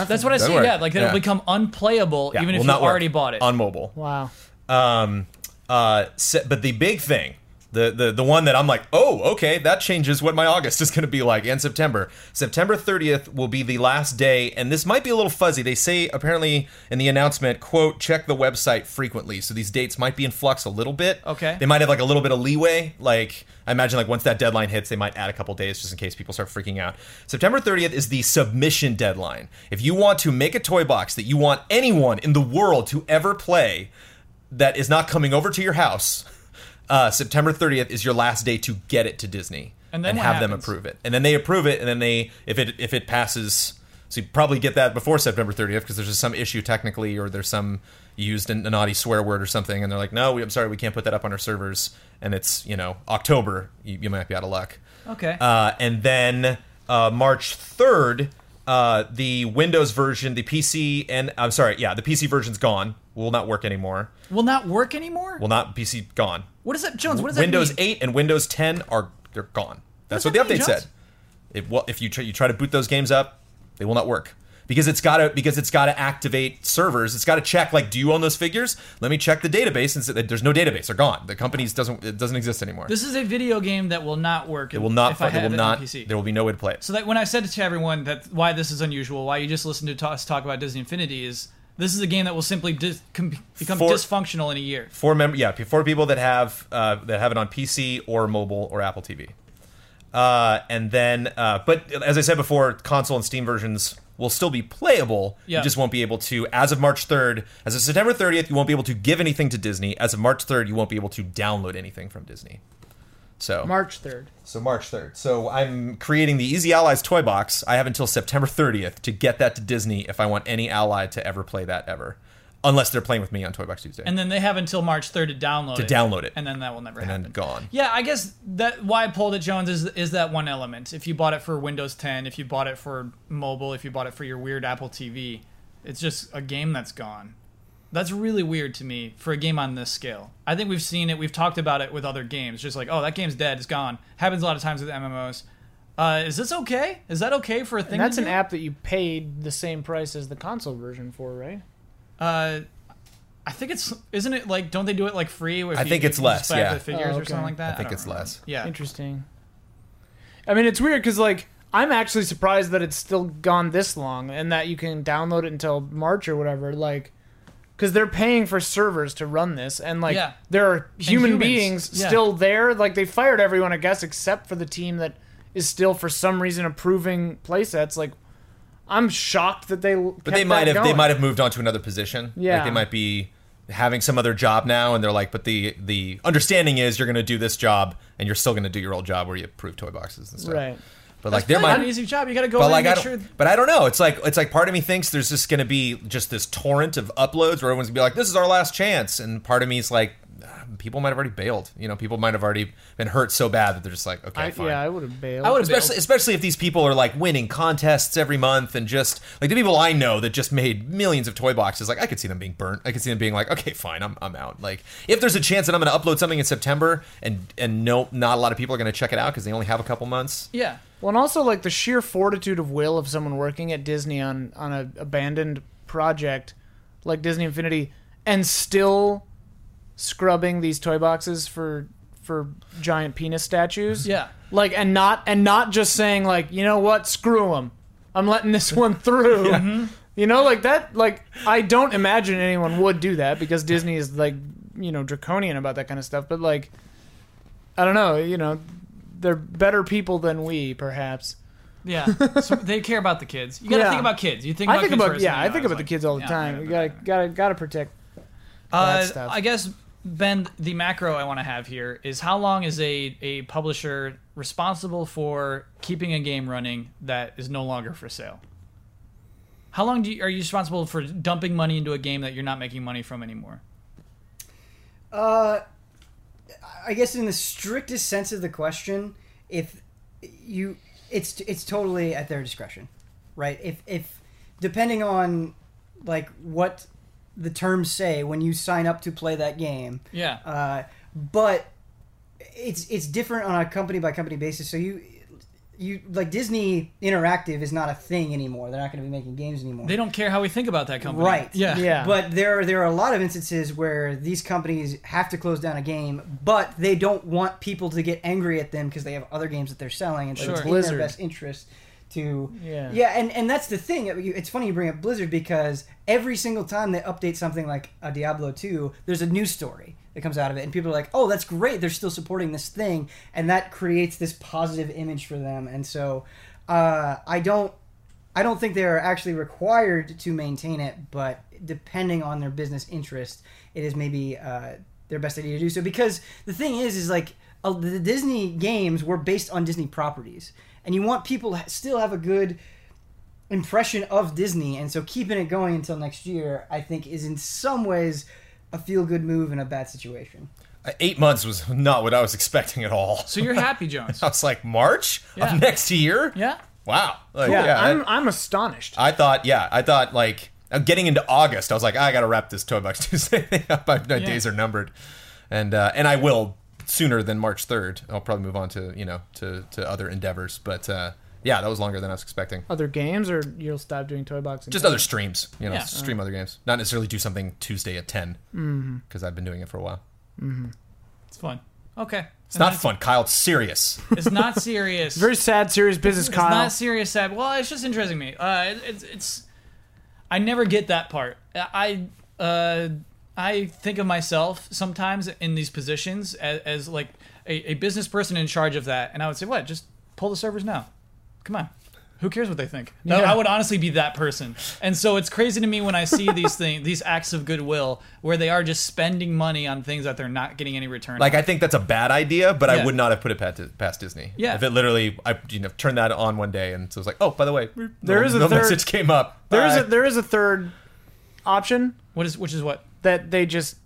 That's what I see. work. Yeah, like it'll Yeah. become unplayable Yeah, even will if you not work already bought it. on mobile. Wow. Um, uh, se- but the big thing The, the, the one that I'm like, oh, okay, that changes what my August is going to be like and September. September 30th will be the last day, and this might be a little fuzzy. They say apparently in the announcement, quote, check the website frequently. So these dates might be in flux a little bit. Okay. They might have like a little bit of leeway. Like, I imagine like once that deadline hits, they might add a couple days just in case people start freaking out. September 30th is the submission deadline. If you want to make a toy box that you want anyone in the world to ever play, that is not coming over to your house, uh, September 30th is your last day to get it to Disney And then what have them happens? approve it. And then they approve it, and then they if it if it passes, so you probably get that before September 30th because there's just some issue technically, or there's some you used an- a naughty swear word or something, and they're like, no, we, I'm sorry, we can't put that up on our servers, and it's you know October, you, you might be out of luck. Okay. Uh, and then uh, March 3rd, uh, the Windows version, the PC, and I'm sorry, yeah, the PC version's gone. Will not work anymore. Will not work anymore. Will not PC gone. what is that, Jones? What does Windows that mean? 8 and Windows 10 are they're gone. That's does that what, the mean, update Jones? said. It, well, if you try, you try to boot those games up, they will not work because it's got to because it's got to activate servers. It's got to check like, do you own those figures? Let me check the database and say that there's no database. They're gone. The company's doesn't it doesn't exist anymore. This is a video game that will not work. it will not. If I It have will it not. On PC. There will be no way to play it. So that when I said to everyone that why this is unusual, why you just listen to ta- us talk about Disney Infinity is this is a game that will simply dis- com- become For- dysfunctional in a year. Four mem- yeah, four people that have uh, that have it on PC or mobile or Apple TV. Uh, and then, uh, but as I said before, console and Steam versions will still be playable. Yeah. You just won't be able to, as of March 3rd, as of September 30th, you won't be able to give anything to Disney. As of March 3rd, you won't be able to download anything from Disney. So March 3rd. so March 3rd. So I'm creating the Easy Allies toy box. I have until September 30th to get that to Disney if I want any ally to ever play that ever. Unless they're playing with me on Toy Box Tuesday. And then they have until March 3rd to download To it. download it. And then that will never and happen. then gone. Yeah, I guess that why I pulled at Jones is is that one element. If you bought it for Windows 10, if you bought it for mobile, if you bought it for your weird Apple TV, it's just a game that's gone. That's really weird to me for a game on this scale. I think we've seen it. We've talked about it with other games. Just like, oh, that game's dead. It's gone. Happens a lot of times with MMOs. Uh, is this okay? Is that okay for a thing? And that's to an do? app that you paid the same price as the console version for, right? Uh, I think it's isn't it like don't they do it like free? If I you- think you it's can less, just buy yeah. the figures Oh, or okay. something like that. I think don't it's remember. less. Yeah, Interesting. I mean, it's weird because like I'm actually surprised that it's still gone this long and that you can download it until March or whatever. Like, because they're paying for servers to run this, and like Yeah. there are human humans. beings Yeah. still there. Like they fired everyone, I guess, except for the team that is still for some reason approving playsets. Like, I'm shocked that they. But they might have they might have moved on to another position. Yeah. like they might be having some other job now, and they're like, but the the understanding is you're going to do this job, and you're still going to do your old job where you approve toy boxes and stuff. Right. But like there Not might an easy job. You got to go But in like, I and don't, make sure. but I don't know. It's like it's like part of me thinks there's just going to be just this torrent of uploads where everyone's gonna be like, "This is our last chance," and part of me is like, ah, people might have already bailed. You know, people might have already been hurt so bad that they're just like, "Okay, I, fine." yeah, I would have bailed. I would have especially especially if these people are like winning contests every month and just like the people I know that just made millions of toy boxes. Like I could see them being burnt. I could see them being like, okay, fine, I'm, I'm out. Like if there's a chance that I'm going to upload something in September and and no, not a lot of people are going to check it out because they only have a couple months. Yeah. Well, and also like the sheer fortitude of will of someone working at Disney on on an abandoned project like Disney Infinity and still scrubbing these toy boxes for for giant penis statues. Yeah. Like and not and not just saying like, you know what, screw them. I'm letting this one through. Mm-hmm. You know, like that like I don't imagine anyone would do that because Disney is like, you know, draconian about that kind of stuff, but like I don't know, you know, they're better people than we, perhaps. Yeah, so they care about the kids. You got to Yeah. think about kids. You think I about think kids about first, yeah, and I then think was about the like, kids all the yeah, time. I You know, gotta but- gotta gotta protect. Uh, that stuff. I guess Ben, the macro I want to have here is how long is a a publisher responsible for keeping a game running that is no longer for sale? How long do you, are you responsible for dumping money into a game that you're not making money from anymore? Uh, I guess in the strictest sense of the question, if you, it's it's totally at their discretion, right? If if depending on like what the terms say when you sign up to play that game, Yeah, uh, but it's it's different on a company by company basis. So you, you like Disney Interactive is not a thing anymore. They're not going to be making games anymore. They don't care how we think about that company. Right. Yeah. Yeah. But there are there are a lot of instances where these companies have to close down a game, but they don't want people to get angry at them because they have other games that they're selling, and so Sure. it's in Blizzard. their best interest to. Yeah. Yeah, and and that's the thing. It's funny you bring up Blizzard because every single time they update something like a Diablo two, there's a news story that comes out of it, and people are like, "Oh, that's great! They're still supporting this thing," and that creates this positive image for them, and so. Uh, I don't I don't think they are actually required to maintain it, but depending on their business interest, it is maybe uh, their best idea to do so. Because the thing is, is like uh, the Disney games were based on Disney properties, and you want people to still have a good impression of Disney, and so keeping it going until next year, I think, is in some ways a feel-good move in a bad situation. Uh, Eight months was not what I was expecting at all. So you're happy, Jones? I was like, March Yeah. of next year? yeah. Wow. Like, Yeah, yeah, I'm, I, I'm astonished. I thought, yeah, I thought like uh, getting into August, I was like, "Ah, I gotta wrap this Toy Box Tuesday thing up. My, my days are numbered, and uh, and I will sooner than March third. I'll probably move on to you know to to other endeavors, but uh, yeah, that was longer than I was expecting. Other games, or you'll stop doing toy boxing? Just other streams, you know, Yeah. stream other games, not necessarily do something Tuesday at ten Mm-hmm. because I've been doing it for a while. It's fun. Okay. It's not fun, Kyle. It's serious. It's not serious. very sad, serious business, Kyle. It's not serious sad. Well, it's just interesting to me. Uh, it, it's, it's I never get that part. I uh, I think of myself sometimes in these positions as, as like a, a business person in charge of that, and I would say, "What? Just pull the servers now. Come on." Who cares what they think? No, Yeah. I would honestly be that person, and so it's crazy to me when I see these things, these acts of goodwill, where they are just spending money on things that they're not getting any return. Like I think that's a bad idea, but Yeah. I would not have put it past, past Disney. Yeah. If it literally, I you know turned that on one day, and so it was like, oh, by the way, There no, is a no third- message came up. There is a Bye. there is a third option what is which is what? that they just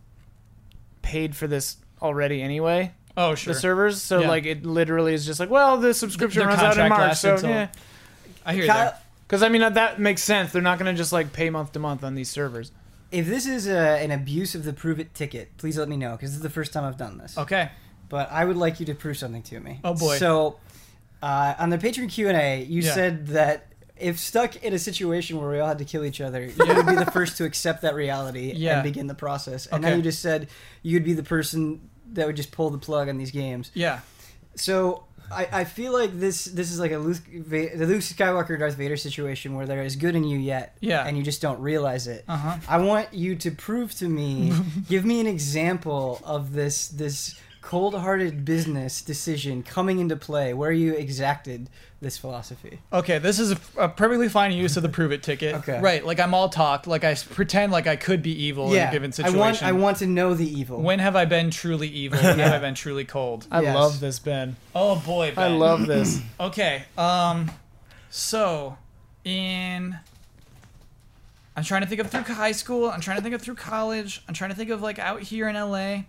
paid for this already anyway. Oh, sure. The servers, so Yeah. like it literally is just like, well, the subscription Their runs out in contract March, lasts so until- yeah. I hear Kyle, that. Because I mean uh, that- that makes sense. They're not going to just like pay month to month on these servers. if this is a, an abuse of the prove it ticket, please let me know because this is the first time I've done this. Okay. but I would like you to prove something to me. Oh, boy. So, uh, on the Patreon Q and A, you Yeah. said that if stuck in a situation where we all had to kill each other, you would be the first to accept that reality Yeah. and begin the process. And now Okay. you just said you'd be the person that would just pull the plug on these games. Yeah. So. I, I feel like this this is like a Luke, Va- the Luke Skywalker Darth Vader situation where there is good in you yet, Yeah. and you just don't realize it. Uh huh. I want you to prove to me, give me an example of this this cold-hearted business decision coming into play where you exacted this philosophy. Okay, this is a, a perfectly fine use of the prove it ticket. Okay. Right, like I'm all talk, like I s- pretend like I could be evil in a given situation. I want I want to know the evil. when have I been truly evil? When have I been truly cold? I Yes. love this, Ben. Oh boy, I Ben. love this. Okay, um, so in, I'm trying to think of through high school. I'm trying to think of through college. I'm trying to think of like out here in LA.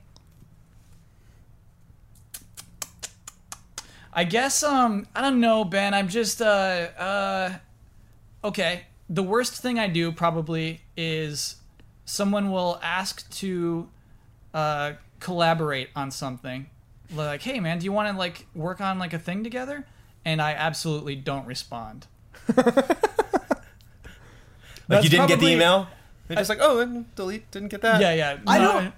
I guess um I don't know, Ben. I'm just uh uh okay. The worst thing I do probably is someone will ask to uh collaborate on something. Like, "Hey man, do you want to like work on like a thing together?" And I absolutely don't respond. Like you didn't get probably- the email? They're just like, oh, then delete, didn't get Uh, that. Yeah, yeah. I No, don't-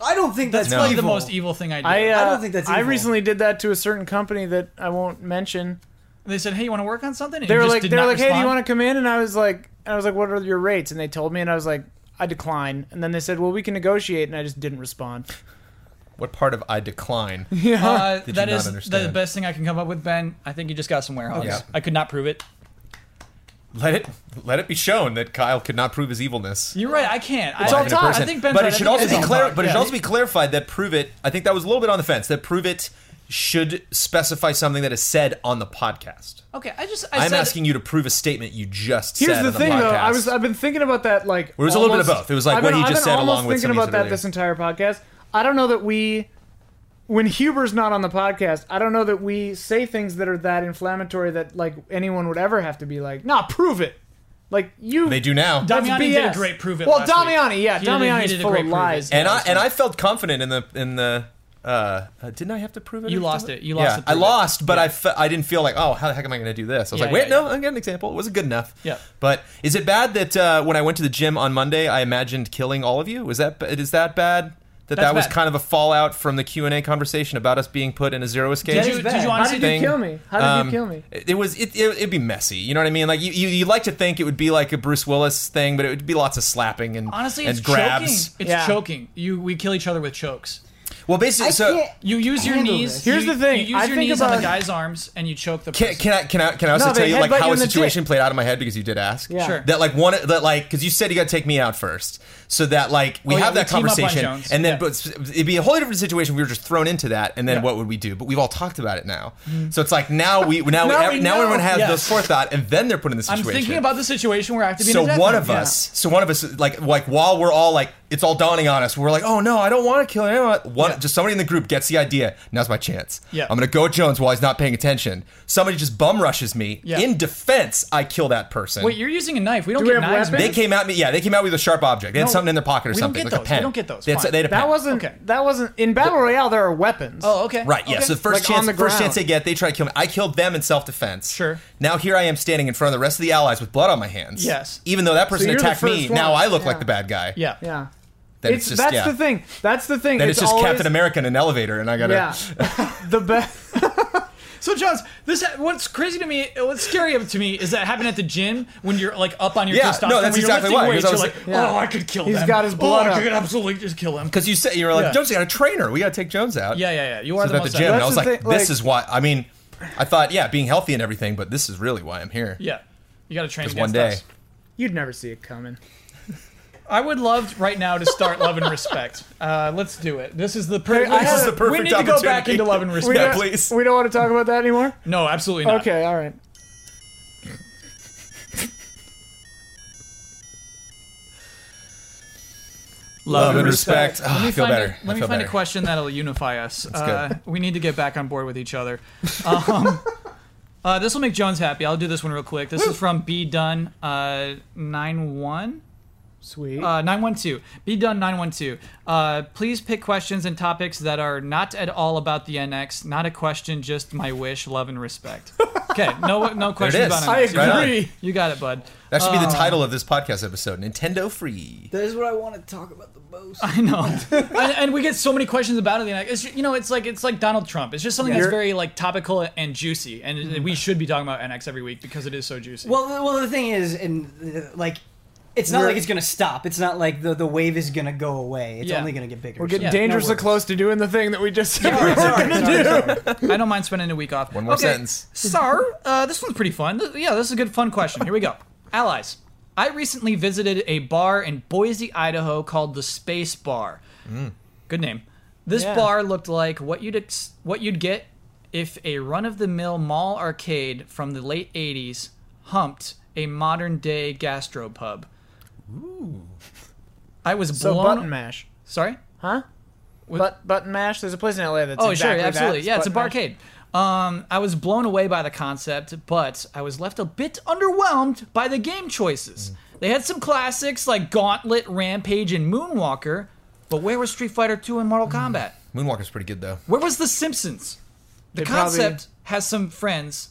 I don't think that's It's probably evil. the most evil thing I do. I, uh, don't think that's I evil. recently did that to a certain company that I won't mention. they said, "Hey, you want to work on something?" And They you were just like, did they were not like, hey, do you respond? want to come in? And I was like, I was like, what are your rates? And they told me, and I was like, I decline. And then they said, well, we can negotiate, and I just didn't respond. What part of I decline? Yeah. Uh, you that not is the understand? best thing I can come up with, Ben. I think you just got some warehouse. Yeah. I could not prove it. let it let it be shown that Kyle could not prove his evilness. You're right. I can't. It's I, all I time. I think Ben's but right. I it should think also is be all clar- time. but it should Yeah. also be clarified that prove it. I think that was a little bit on the fence. That prove it should specify something that is said on the podcast. Okay, I just I I am said, asking you to prove a statement you just Here's said the on the thing, podcast. though. I was I've been thinking about that like. It was a little bit of both. It was like I've what been, he I've just been said almost along with thinking something he about said that earlier. this entire podcast. I don't know that we, when Huber's not on the podcast, I don't know that we say things that are that inflammatory that like anyone would ever have to be like, nah, prove it. Like you, They do now. that's Damiani BS. did a great prove it Well, last week. Damiani, yeah, He did a- he Damiani's did a full great of prove it. lies. and I and I felt confident in the in the Uh, uh, didn't I have to prove it? You or lost something? it. You lost Yeah, it I through it. lost, but I I, fe- I didn't feel like, oh, how the heck am I going to do this? I was Yeah, like, wait, yeah, no, yeah. I got an example. It wasn't good enough. Yeah. But is it bad that uh, when I went to the gym on Monday, I imagined killing all of you? Was that b- is that bad? That That's that was bad. kind of a fallout from the Q and A conversation about us being put in a zero escape. Did That you, is did bad. you How How honestly did thing. you kill me? How did Um, you kill me? It it was it, it. It'd be messy. You know what I mean? Like you, you, you like to think it would be like a Bruce Willis thing, but it would be lots of slapping and Honestly, and it's grabs. choking. It's Yeah. choking. You we kill each other with chokes. Well, basically, I so can't You use your handle knees. this. Here's you- the thing, You use I your think knees on the about- guy's arms and you choke the Can, person. can I can I can I also No, tell they you like headbutt you how in a the situation dick. played out in my head because you did ask? Yeah. Sure. That like one that like because you said you got to take me out first, so that like we Oh, yeah, have we that team up on conversation, Jones. and then Yeah. but s- it'd be a whole different situation. if We were just thrown into that, and then Yeah. Mm-hmm. what would we do? But we've all talked about it now, so it's like now we now Now now, we now know. everyone has Yeah. those forethought, and then they're put in the I'm situation. thinking about the situation where I have to be. so in a death one row. of us, so one of us, like like while we're all like it's all dawning on us, we're like, oh no, I don't want to kill anyone. One, Yeah. just somebody in the group gets the idea. Now's my chance. Yeah. I'm gonna go at Jones while he's not paying attention. Somebody just bum rushes me. Yeah. In defense, I kill that person. Wait, you're using a knife. We don't Do we get have knives. weapons? they came at me. Yeah, they came at me with a sharp object. They had No, something in their pocket or we don't something, get like those. a pen. We don't get those. They had, Fine. they had a That pen. wasn't. Okay. That wasn't in Battle Royale. There are weapons. Oh, okay. Right, yeah. Okay. So the first Like, on chance, the first ground. chance they get, they try to kill me. I killed them in self-defense. Sure. Now here I am standing in front of the rest of the allies with blood on my hands. Yes. Even though that person you're the attacked me, first one. now I look Yeah. like the bad guy. yeah. Yeah. Then it's, that's yeah. the thing. That's the thing. Then it's, just always, Captain America in an elevator, and I gotta. Yeah. the best. So, Jones, this what's crazy to me, what's scary to me, is that happened at the gym when you're like up on your Yeah, testosterone. no, that's when you're exactly lifting why, Weights, 'cause I you're like, was like- oh, I could kill He's them. got his Oh, blood I up." could absolutely just kill him. Because you said you were like, Yeah. Jones, you got a trainer. We gotta take Jones out. Yeah, yeah, yeah. You I are was the at the most gym, and I active. was like, That's the thing, this like- is why. I mean, I thought, yeah, being healthy and everything, but this is really why I'm here. Yeah, you got to train Just against one day. us. You'd never see it coming. I would love right now to start love and respect. Uh, let's do it. This is the perfect. I have- We perfect need to go back opportunity. into love and We respect. Yeah, don't, please. We don't want to talk about that anymore. No, absolutely not. Okay. All right. Love and respect. Ah, Let me I feel find better. A, I let me feel find a better. question that'll unify us. Uh, good. we need to get back on board with each other. Um, uh, this will make Jones happy. I'll do this one real quick. This is from B Dunn uh, nine one. Sweet. Uh, 912. Be done 912. Uh, please pick questions and topics that are not at all about the NX. Not a question, just my wish, love, and respect. Okay, no no questions is. about NX. You I got it. Um, agree. You got it, bud. That should be the title of this podcast episode Nintendo Free. That is what I want to talk about the most. I know. and, and we get so many questions about it. Like, it's, you know, it's like it's like Donald Trump. It's just something that's You're- very like topical and juicy, and we should be talking about NX every week because it is so juicy. Well, the- well, the thing is, and uh, like, it's not We're- like it's gonna stop. It's not like the the wave is gonna go away. It's Yeah. only gonna get bigger. We're getting Yeah, no dangerously worries. close to doing the thing that we just said. Sorry, sorry, sorry, sorry. I don't mind spending a week off. One more sentence. Sar, uh, this one's pretty fun. Th- Yeah, this is a good fun question. Here we go. Allies. I recently visited a bar in Boise, Idaho called the Space Bar. Good name. This Yeah. bar looked like what you'd ex- what you'd get if a run-of-the-mill mall arcade from the late '80s humped a modern-day gastropub. Ooh. I was So blown. button mash, Sorry. huh? With- But button mash. There's a place in LA that's Oh, exactly sure, that. uh, absolutely. yeah, it's a button mash. barcade. Um, I was blown away by the concept, but I was left a bit underwhelmed by the game choices. Mm. They had some classics like Gauntlet, Rampage, and Moonwalker, but where was Street Fighter 2 and Mortal Mm. Kombat? Moonwalker's pretty good, though. Where was The Simpsons? The They probably- concept has some friends.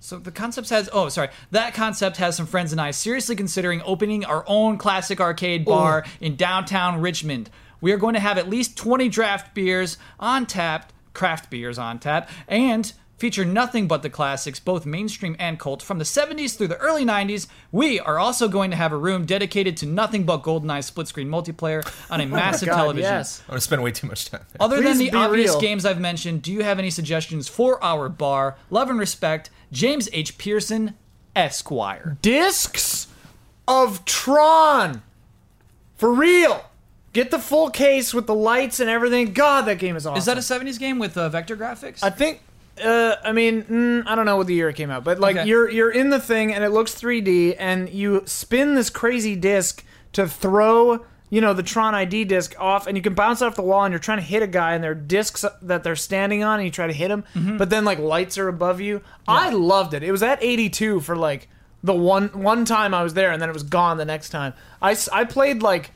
So the concept has oh sorry that concept has some friends and I seriously considering opening our own classic arcade bar in downtown Richmond. We are going to have at least 20 draft beers on tap, craft beers on tap, and feature nothing but the classics, both mainstream and cult, from the 70s through the early 90s. We are also going to have a room dedicated to nothing but GoldenEye split screen multiplayer on a massive Oh God, television. yes. I'm gonna spend way too much time there. Other than Please the be obvious real. games I've mentioned, do you have any suggestions for our bar? Love and respect, James H. Pearson, Esquire. discs of Tron. For real. Get the full case with the lights and everything. God, that game is awesome. Is that a 70s game with uh, vector graphics? I think. Uh, I mean, mm, I don't know what the year it came out, but like Okay. you're you're in the thing and it looks 3D, and you spin this crazy disc to throw you know the Tron ID disc off, and you can bounce off the wall, and you're trying to hit a guy, and there are discs that they're standing on, and you try to hit him, but then like lights are above you. I loved it. It was at 82 for like the one one time I was there, and then it was gone the next time. I s- I played like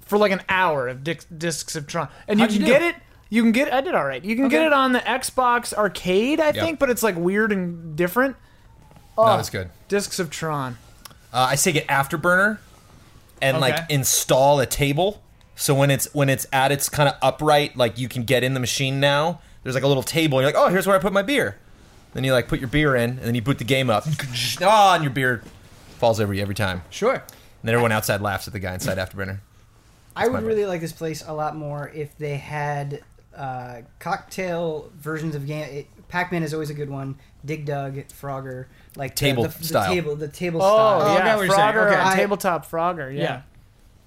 for like an hour of Dic- discs of Tron, and you How'd can you do? get it. You can get it. I did all right. You can get Okay. it on the Xbox Arcade, I think, but it's like weird and different. Oh. No, that's good. Discs of Tron. Uh, I say get afterburner and Okay. like install a table. So when it's when it's at its kind of upright, like you can get in the machine now. There's like a little table. And you're like, oh, here's where I put my beer. Then you like put your beer in, and then you boot the game up. Ah, and your beer falls over you every time. Sure. And then everyone outside laughs at the guy inside afterburner. I my would vote. really like this place a lot more if they had uh, cocktail versions of game. It, Pac-Man is always a good one. Dig Dug, Frogger, like the- Table the, the style. table, the table Oh, style. I yeah, got what you're saying. Frogger Okay. on I- tabletop Frogger. Yeah. Yeah.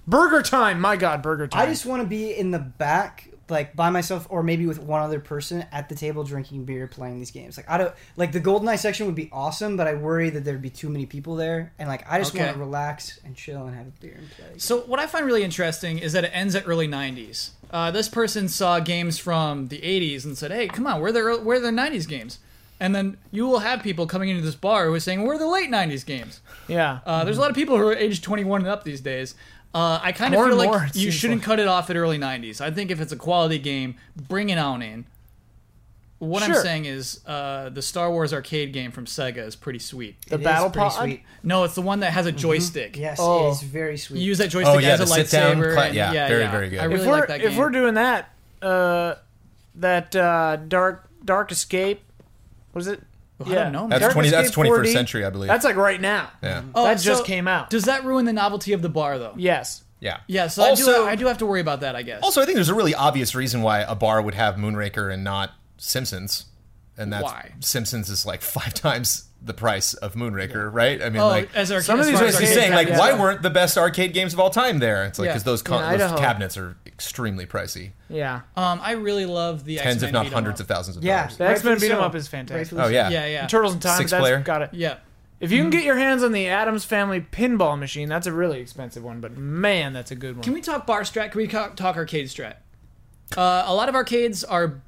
Burger time. My God, Burger time. I just want to be in the back, like by myself, or maybe with one other person at the table, drinking beer, playing these games. Like I don't like the GoldenEye section would be awesome, but I worry that there'd be too many people there, and like I just Okay. want to relax and chill and have a beer and play. So what I find really interesting is that it ends at early '90s. Uh, this person saw games from the '80s and said, "Hey, come on, where are the ear- where are the '90s games?" And then you will have people coming into this bar who are saying, "Where are the late '90s games?" yeah. Uh, There's a lot of people who are age 21 and up these days. Uh, I kind of More feel like and more, it you seems shouldn't like. cut it off at early '90s. I think if it's a quality game, bring it on in. What I'm Sure. saying is, uh, the Star Wars arcade game from Sega is pretty sweet. the Mm-hmm. It is battle pretty pod. sweet. No, it's the one that has a joystick. Yes, Oh. it is very sweet. You use that joystick Oh, yeah, as a the sit-down lightsaber. cla- and- yeah, very, very good. I If really if we're like that game. if we're doing that, uh, that uh, dark dark escape, was it? I don't know, man. That's Dark twenty. That's Escape twenty 4D? first century, I believe. That's like right now. yeah. Oh, that just so came out. Does that ruin the novelty of the bar though? yes. Yeah. Yeah, so I do I do have to worry about that, I guess. Also, I think there's a really obvious reason why a bar would have Moonraker and not Simpsons, and that's Why? Simpsons is like five times the price of Moonraker, right? I mean, oh, like as our some of as these far so as it's our arcades just saying, kids- like, have- why yeah. weren't the best arcade games of all time there? It's like Yeah. because those, con- In those Idaho. cabinets are extremely pricey, Yeah. um, I really love the tens X-Men if not beat 'em hundreds up. of thousands of yeah, dollars. The X-Men rightfully beat 'em so. up is fantastic. Rightfully Oh so. yeah, Yeah, yeah. Turtles in Time. Six that's player. Got it. Yeah. If you can get your hands on the Adams Family pinball machine, that's a really expensive one, but man, that's a good one. Can we talk bar strat? Can we ca- talk arcade strat? Uh, a lot of arcades are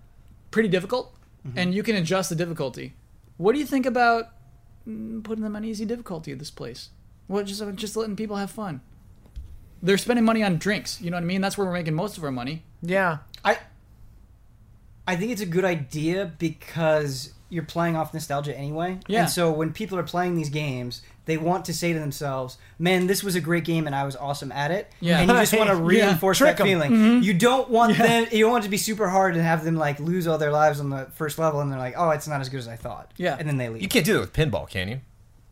pretty difficult, Mm-hmm. and you can adjust the difficulty. What do you think about mm, putting them on easy difficulty at this place? What just just letting people have fun? They're spending money on drinks. You know what I mean? That's where we're making most of our money. yeah. I I think it's a good idea because you're playing off nostalgia anyway. Yeah. And so when people are playing these games, they want to say to themselves, "Man, this was a great game, and I was awesome at it." Yeah. And you just want to Yeah. reinforce Trick that 'em. feeling. You don't want them. You don't want it to be super hard and have them like lose all their lives on the first level, and they're like, "Oh, it's not as good as I thought." Yeah. And then they leave. You can't do that with pinball, can you?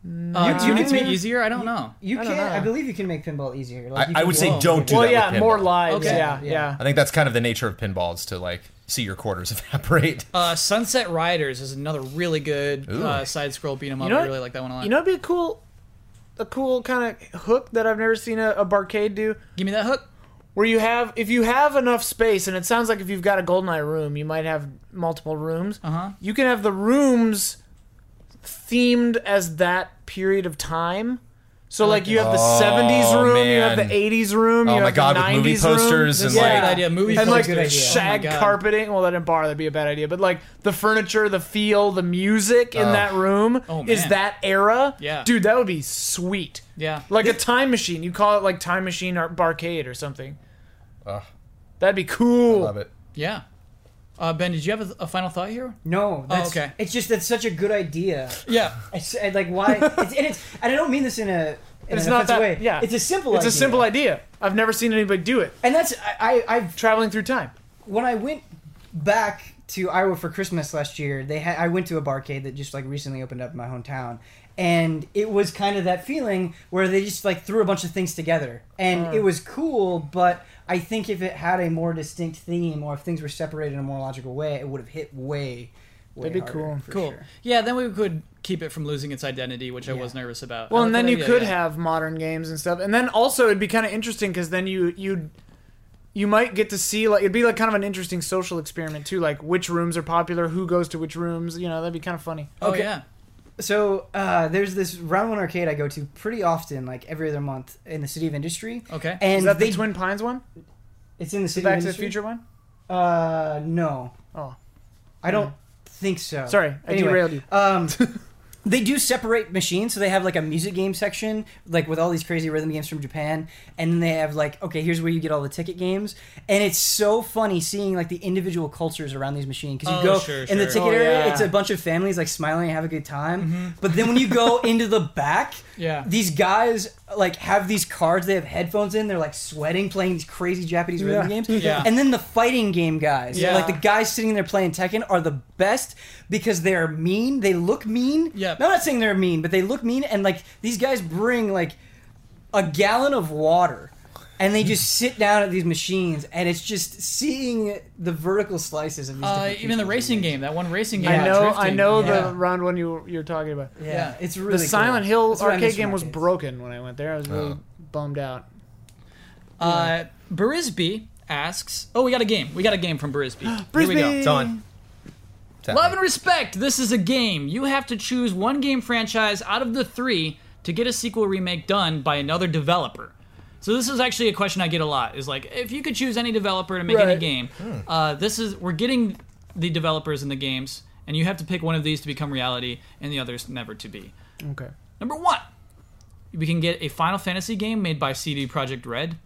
Mm-hmm. Uh, do you need to be can- easier? I don't know. You I can. don't know. I believe you can make pinball easier. Like, I, you I can- would say Whoa. don't do well, that. yeah, with pinball. more lives. Okay. Yeah, Yeah. yeah. I think that's kind of the nature of pinball is to like see your quarters evaporate. Uh, Sunset Riders is another really good Ooh. uh, side scroll beat 'em up. You know I what- really like that one a lot. You know, it'd be a cool, a cool kind of hook that I've never seen a, a barcade do, Give me that hook. where you have, if you have enough space, and it sounds like if you've got a GoldenEye room, you might have multiple rooms. Uh-huh. You can have the rooms themed as that period of time. So like you have the Oh, '70s room, you have man. the '80s room, Oh you my have God, the with '90s movie room. posters and, That's like- a great idea. Movie and like posters. idea. Oh my shag God. carpeting. Well, that in bar that'd be a bad idea, but like the furniture, the feel, the music in Oh. that room Oh, is man. that era. Yeah. dude, that would be sweet. Yeah. like a time machine. You call it like time machine or barcade or something. Ugh. That'd be cool. Love it. Yeah. Uh, ben, did you have a, a final thought here? No, that's, okay. It's just that's such a good idea. Yeah. It's and, like why, it's, and it's and I don't mean this in a. In It's an not offensive that. way. Yeah, it's a simple. It's idea. a simple idea. I've never seen anybody do it. And that's I, I I've Traveling through time. when I went back to Iowa for Christmas last year, they had I went to a barcade that just like recently opened up in my hometown, and it was kind of that feeling where they just like threw a bunch of things together, Mm. and it was cool. But I think if it had a more distinct theme, or if things were separated in a more logical way, it would have hit way. way That'd be harder, cool. for Cool. sure. Yeah, then we could keep it from losing its identity, which I was nervous about. Well, I and like then that you idea, could yeah. have modern games and stuff, and then also it'd be kind of interesting because then you you you might get to see like it'd be like kind of an interesting social experiment too, like which rooms are popular, who goes to which rooms. You know, that'd be kind of funny. Oh Okay. yeah. So uh, there's this round one arcade I go to pretty often, like every other month in the city of industry. Okay. And Is that they, the Twin Pines one? it's in the city The Back to of the industry. Future one? Uh, no. Oh. Hmm. I don't think so. Sorry, I Anyway, derailed you. Um, they do separate machines, so they have like a music game section, like with all these crazy rhythm games from Japan, and then they have like, okay, here's where you get all the ticket games, and it's so funny seeing like the individual cultures around these machines because you Oh, go sure, in the sure. ticket Oh, area, yeah. Mm-hmm. it's a bunch of families like smiling and have a good time, but then when you go into the back, Yeah. these guys like have these cards, they have headphones in, they're like sweating, playing these crazy Japanese rhythm Yeah. games, Yeah. and then the fighting game guys, Yeah. like the guys sitting there playing Tekken are the best because they are mean. They look mean. Yep. No, I'm not saying they're mean, but they look mean. And like these guys bring like a gallon of water, and they just sit down at these machines, and it's just seeing the vertical slices of these. Uh, different even the people's racing games. game, that one racing game. I about know, I drifting. know Yeah. the round one you you're talking about. Yeah, Yeah. it's really the Silent cool. Hill That's what I miss arcade from game was arcades. broken when I went there. I was Oh. really bummed out. Uh, Brisby asks, "Oh, we got a game. We got a game from Brisby. Here we go. Brisby! It's on. It's happening. Love and respect. This is a game. You have to choose one game franchise out of the three to get a sequel remake done by another developer. So this is actually a question I get a lot. Is like, if you could choose any developer to make any Right. Hmm. game, uh, this is we're getting the developers in the games, and you have to pick one of these to become reality, and the others never to be. Okay. Number one, we can get a Final Fantasy game made by CD Projekt Red.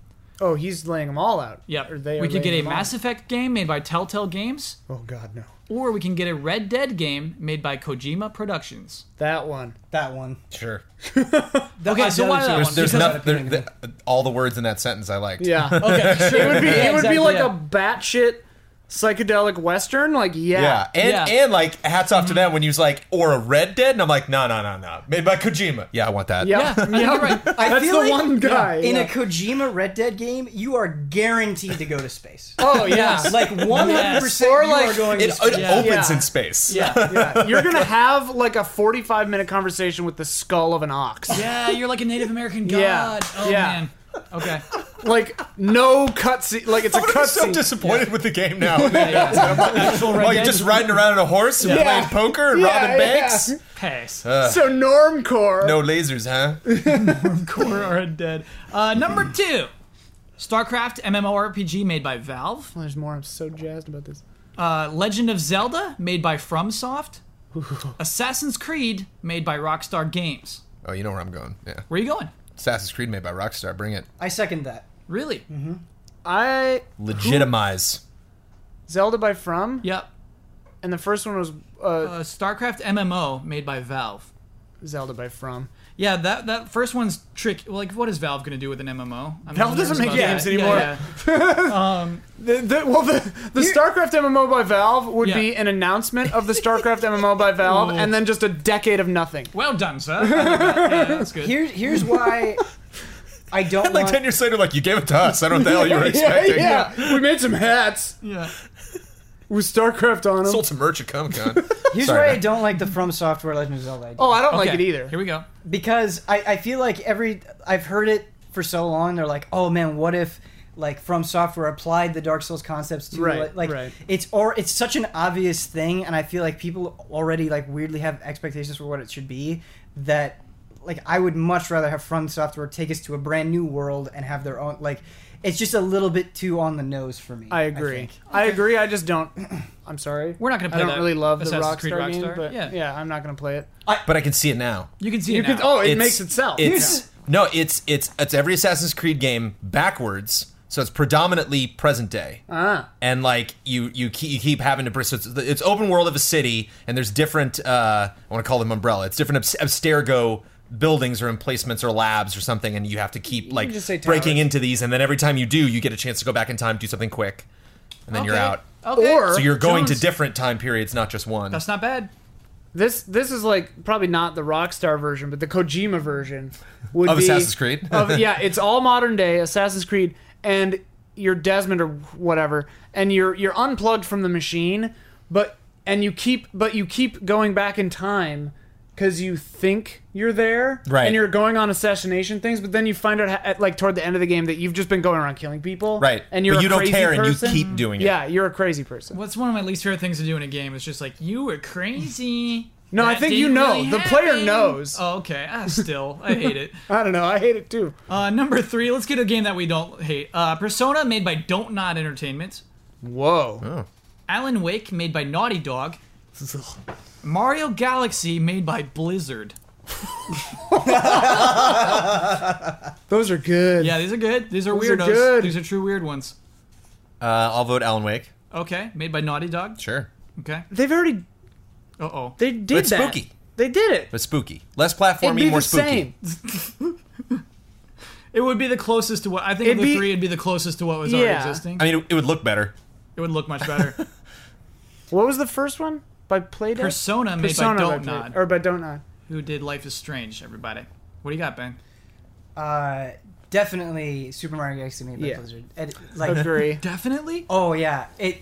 Oh, he's laying them all out. Yep. Or they we are could get laying a them all Mass Effect game made by Telltale Games, out. Oh God, no. or we can get a Red Dead game made by Kojima Productions. That one. That one. Sure. Okay, so why that There's, one? there's Because- not there, there, all the words in that sentence I liked. Yeah. Oh, Okay, sure. it would be. Yeah, it would exactly, be like yeah. a batshit psychedelic western. Like yeah. Yeah, and Yeah. Mm-hmm. and like hats off to them when he was like, or a Red Dead, and I'm like, no, no, no, no, made by Kojima. Yeah, I want that. Yeah, I think you're right. I That's feel the like one guy. in yeah. a Kojima Red Dead game, you are guaranteed to go to space. oh yeah. Like 100 percent, Or you are like- going. it, to space. it opens Yeah. in space. Yeah. yeah. You're gonna have like a 45 minute conversation with the skull of an ox. yeah, you're like a Native American god. Yeah. Oh Yeah. man. Okay. Like no cutscene. Like it's a I'm so cutscene. disappointed with the game now. Yeah. Well, you're just riding around on a horse and Yeah. playing poker and Yeah, yeah. robbing banks. Pass. so normcore. No lasers, huh? Core are dead. Uh, number two, StarCraft MMORPG made by Valve. There's more. I'm so jazzed about this. Uh, Legend of Zelda made by FromSoft. Assassin's Creed made by Rockstar Games. Oh, you know where I'm going. Yeah, Where are you going? Assassin's Creed made by Rockstar. Bring it. I second that. Really? I Legitimize. Zelda by From, Yep. and the first one was uh, Uh, StarCraft MMO made by Valve. Zelda by From. Yeah, that that first one's trick. Like, what is Valve gonna do with an MMO? I'm Valve doesn't nervous make about games that. anymore. Yeah, Um, The, the, well, the, the StarCraft MMO by Valve would Yeah. be an announcement of the StarCraft MMO by Valve, and then just a decade of nothing. Well done, sir. I like that. Yeah, that's good. Here's here's why I don't And like want. ten years later, like you gave it to us. I don't know what the hell you were expecting. yeah, yeah. We made some hats yeah. with StarCraft on them. Sold some merch at Comic Con. Here's Sorry, why I man. don't like the From Software Legend of Zelda. Idea. oh, I don't like Okay, it either. Here we go. because I, I feel like every I've heard it for so long. They're like, oh man, what if like From Software applied the Dark Souls concepts to Right, like- like right. it's or it's such an obvious thing, and I feel like people already like weirdly have expectations for what it should be that like I would much rather have From Software take us to a brand new world and have their own like. It's just a little bit too on the nose for me. I agree. think. I, agree. I just don't. I'm sorry. We're not gonna play I don't that really love the Assassin's Rockstar, Creed Rockstar. game, but Yeah. yeah. I'm not gonna play it. But I can see it now. You can see You it could. now. Oh, it It's- makes itself. It's no, it's it's it's every Assassin's Creed game backwards, so it's predominantly present day. Ah. And like you you keep, you keep having to br- so it's, it's open world of a city, and there's different uh, I want to call them umbrella. It's different abs- abstergo buildings or emplacements or labs or something, and you have to keep like can just say breaking towers. into these, and then every time you do, you get a chance to go back in time, do something quick, and then you're Okay. out. Okay. Or- So you're going Jones. to different time periods, not just one. That's not bad. This this is like probably not the Rockstar version, but the Kojima version would Of be Assassin's Creed? of, yeah, it's all modern day Assassin's Creed, and you're Desmond or whatever, and you're you're unplugged from the machine, but and you keep but you keep going back in time because you think you're there, Right. And you're going on assassination things, but then you find out ha- at, like toward the end of the game that you've just been going around killing people, right. And you're but a you don't crazy care, person. and you keep doing it. yeah, you're a crazy person. What's one of my least favorite things to do in a game? Is just like you were crazy. No, I That think you didn't know. really The player happen. knows. Oh, okay. Ah, still, I hate it. I don't know. I hate it too. Uh, number three. Let's get a game that we don't hate. Uh, Persona made by Don't Nod Entertainment. Oh. Whoa. Alan Wake made by Naughty Dog. Mario Galaxy made by Blizzard. Those are good. Yeah, these are good. These are Those are weirdos. good. These are true weird ones. Uh, I'll vote Alan Wake. Okay, made by Naughty Dog. Sure. Okay. They've already Uh oh. they did But that. spooky. They did it. But spooky. Less It'd platformy, be more the spooky. same. It would be the closest to what I think It'd of the be- three. It'd be the closest to what was already Yeah. existing. I mean, it, it would look better. it would look much better. What was the first one by Playdead? Persona made by Don't Play- Nod, or by Don't Nod. who did Life is Strange. Everybody, what do you got, Ben? Uh, definitely Super Mario Galaxy made by Yeah. Blizzard. It, like, Agree. Definitely. oh yeah, it,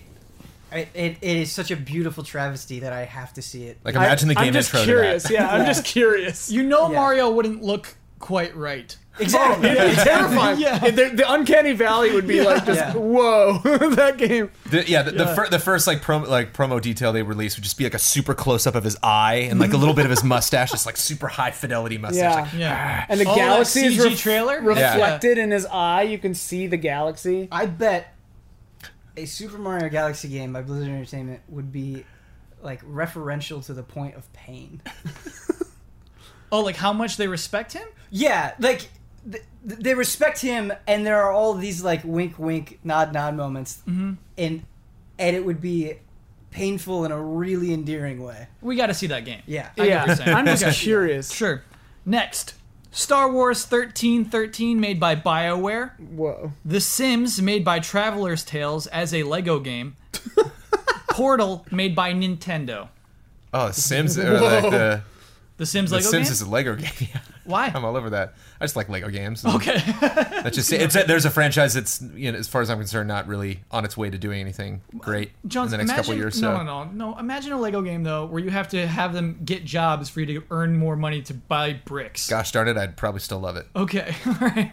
it it it is such a beautiful travesty that I have to see it. Like, imagine I, the game I'm just intro curious. to that. Yeah, I'm just curious. You know Yeah. Mario wouldn't look quite right. Exactly. terrifying. Yeah. The, the uncanny valley would be like just Yeah. whoa that game. The, yeah, the, The, fir- the first like promo like promo detail they released would just be like a super close up of his eye and like a little bit of his mustache, just like super high fidelity mustache. Yeah. Like, Yeah. And the Oh, that galaxy is CG ref- trailer reflected in his eye. You can see the galaxy. I bet a Super Mario Galaxy game by Blizzard Entertainment would be like referential to the point of pain. Oh, like how much they respect him? Yeah, like th- th- they respect him, and there are all these like wink, wink, nod, nod moments, and and it would be painful in a really endearing way. We got to see that game. Yeah, get what yeah, you're saying. I'm Okay. just curious. Sure. Next, Star Wars 1313 made by BioWare. Whoa. The Sims made by Traveler's Tales as a Lego game. Portal made by Nintendo. Oh, Sims. Or, like the The Sims the Lego Sims game? is a Lego game. Yeah, I'm Why? all over that. I just like Lego games. Okay. That's just it's a, there's a franchise that's you know, as far as I'm concerned not really on its way to doing anything great Jones, in the next imagine, couple of years. no, so. no, no, no. Imagine a Lego game though, where you have to have them get jobs for you to earn more money to buy bricks. Gosh darn it, I'd probably still love it. Okay, all right.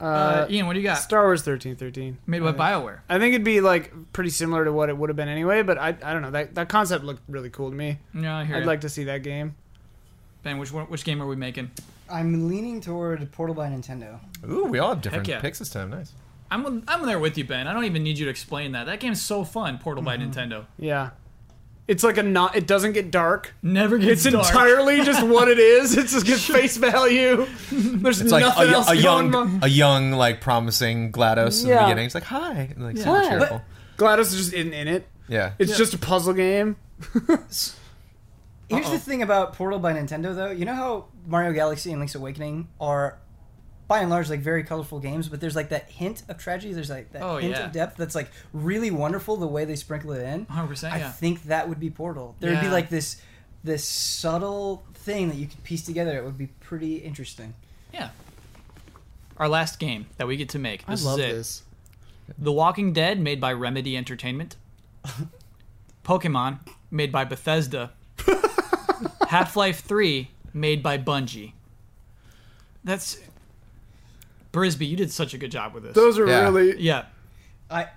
Uh, Uh, Ian, what do you got? Star Wars 1313. Made by Bioware. I think it'd be like pretty similar to what it would have been anyway, but I, I don't know. That that concept looked really cool to me. No, I hear I'd ya. like to see that game. Ben, which one, which game are we making? I'm leaning toward Portal by Nintendo. Ooh, we all have different Heck yeah. picks this time. Nice. I'm I'm there with you, Ben. I don't even need you to explain that. That game's so fun. Portal by Mm-hmm. Nintendo. Yeah. It's like a not it doesn't get dark. Never gets It's dark. entirely just what it is. It's just good face value. There's It's like nothing a, else a going young, on. a young, like promising Glados in the Yeah. beginning. It's like hi, and, like Yeah. super Hi. cheerful. GLaDOS just isn't in it. Yeah, It's Yeah. just a puzzle game. Here's Uh-oh. the thing about Portal by Nintendo, though. You know how Mario Galaxy and Link's Awakening are, by and large, like very colorful games, but there's like that hint of tragedy. There's like that Oh, hint yeah. of depth that's like really wonderful the way they sprinkle it in. 100%, I yeah. think that would be Portal. There would be Yeah. like this, this subtle thing that you could piece together. It would be pretty interesting. Yeah. Our last game that we get to make. This is it. this. The Walking Dead, made by Remedy Entertainment. Pokemon, made by Bethesda. Half Life 3, made by Bungie. That's. Brisby, you did such a good job with this. Those are Yeah. really yeah. I,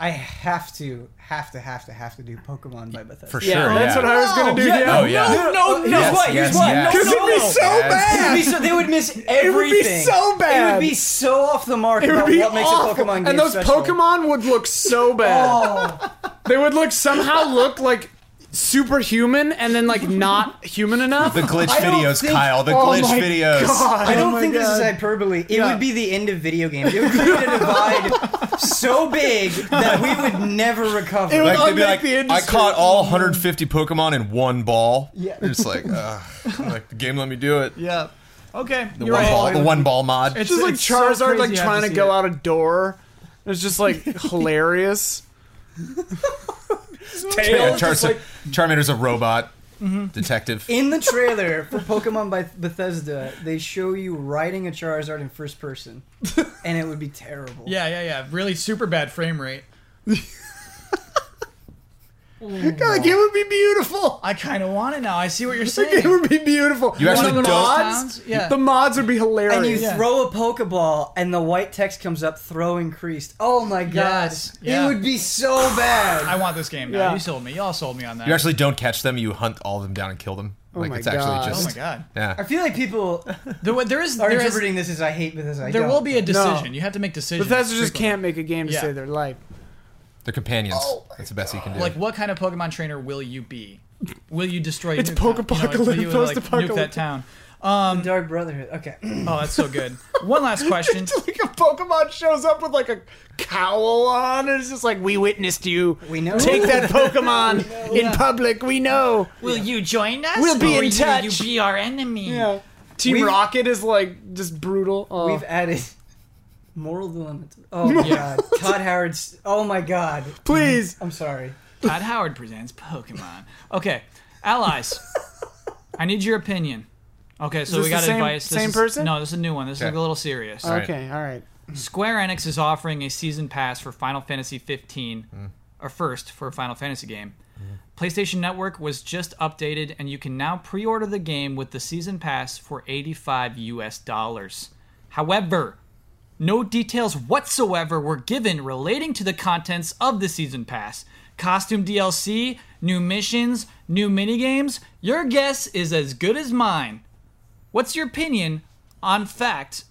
I have to, have to, have to, have to do Pokemon by Bethesda. for sure. Yeah, that's yeah. what I was gonna do. Yeah. Oh, yeah. No, no, no, Yes, what? yes, Here's what? yes. No, 'Cause no, it'd be no. so Yes. It would bad. be so, they would miss It would everything. be so It bad. would be so off the mark It about would be what makes awful. a Pokemon game and those special. Pokemon would look so bad. Oh, They would look somehow look like superhuman and then like not human enough. The glitch I don't videos, think- Kyle. The Oh glitch my videos. God. I don't Oh my think this is God. hyperbole. It Yeah. would be the end of video games. It would create a divide so big that we would never recover. It would- Like, they'd be Unlike like, the I industry. caught all 150 Pokemon in one ball. Yeah. It's like, ugh. like the game let me do it. Yeah. Okay. The you're one right. ball, the one ball mod. It's- It's just like so Charizard crazy I like have to trying to see go it. out a door. It's just like hilarious. yeah, Tail Char- just like Mm-hmm. Charmander's a robot detective. In the trailer for Pokemon by Bethesda, they show you riding a Charizard in first person, and it would be terrible. Yeah, yeah, yeah. Really super bad frame rate. God, the game would be beautiful. I kind of want it now. I see what you're The saying. game would be beautiful. You actually the don't- mods, Yeah. the mods would be hilarious. And you Yeah. throw a Pokeball, and the white text comes up: "Throw increased." Oh my god! Yes, yeah. It would be so bad. I want this game now. Yeah. You sold me. Y'all sold me on that. You actually don't catch them. You hunt all of them down and kill them. Like my it's actually God. oh my just god. I yeah. feel like people There, there is. are There, is, interpreting this as I hate Bethesda. I there don't. will be a No. decision. You have to make decisions. Bethesda just frequently. can't make a game to Yeah. save their life. They're companions. Oh. That's the best you can do. Like, what kind of Pokemon trainer will you be? Will you destroy? It's nuke town? You know, like, will you, like, nuke that post-apocalyptic. town. The Um, Dark Brotherhood. Okay. Oh, that's so good. One last question. like a Pokemon shows up with like a cowl on, and it's just like, "We witnessed you. We know. Take that Pokemon in public. We know." Will you join us? We'll be or in will touch. You be our enemy. Yeah. Team We've- Rocket is like just brutal. Oh. We've added moral dilemmas. Oh my god. Todd Howard's. Oh my god. Please, I'm sorry. Todd Howard presents Pokemon. Okay, allies. I need your opinion. Okay, so we this the got same- advice. This same is- person? No, this is a new one. This Okay. is a little serious. right. okay, all right. Square Enix is offering a season pass for Final Fantasy 15, or first for a Final Fantasy game. PlayStation Network was just updated, and you can now pre-order the game with the season pass for 85 US dollars. However, no details whatsoever were given relating to the contents of the season pass. Costume DLC, new missions, new minigames. Your guess is as good as mine. What's your opinion on fact?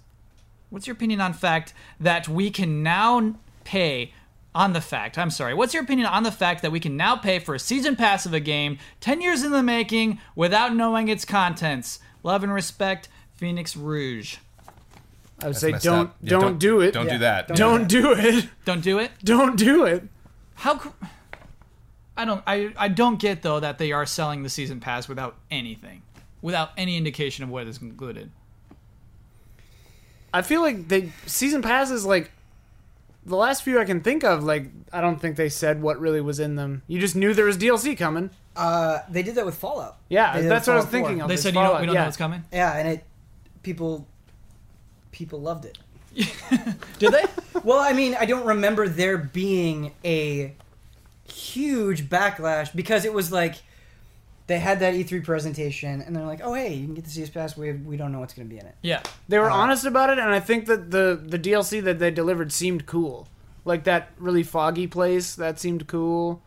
What's your opinion on fact that we can now pay on the fact? I'm sorry. What's your opinion on the fact that we can now pay for a season pass of a game 10 years in the making without knowing its contents? Love and respect, Phoenix Rouge. I would say messed don't up. Yeah, don't don't- do it. don't do that. Don't, do it. Don't do it. Don't do it. How cou- I don't I I don't get though that they are selling the season pass without anything, without any indication of what is included. I feel like they season passes like the last few I can think of. Like I don't think they said what really was in them. You just knew there was DLC coming. Uh, they did that with Fallout. Yeah, They did that's what with I was Fallout thinking 4. of. They It's said you know we Fallout, don't yeah. know what's coming. Yeah, and it people people loved it. Did they? Well, I mean, I don't remember there being a huge backlash because it was like they had that E3 presentation and they're like, "Oh, hey, you can get the CS Pass. We we don't know what's going to be in it." yeah. They were honest about it, and I think that the the DLC that they delivered seemed cool. Like that really foggy place that seemed cool.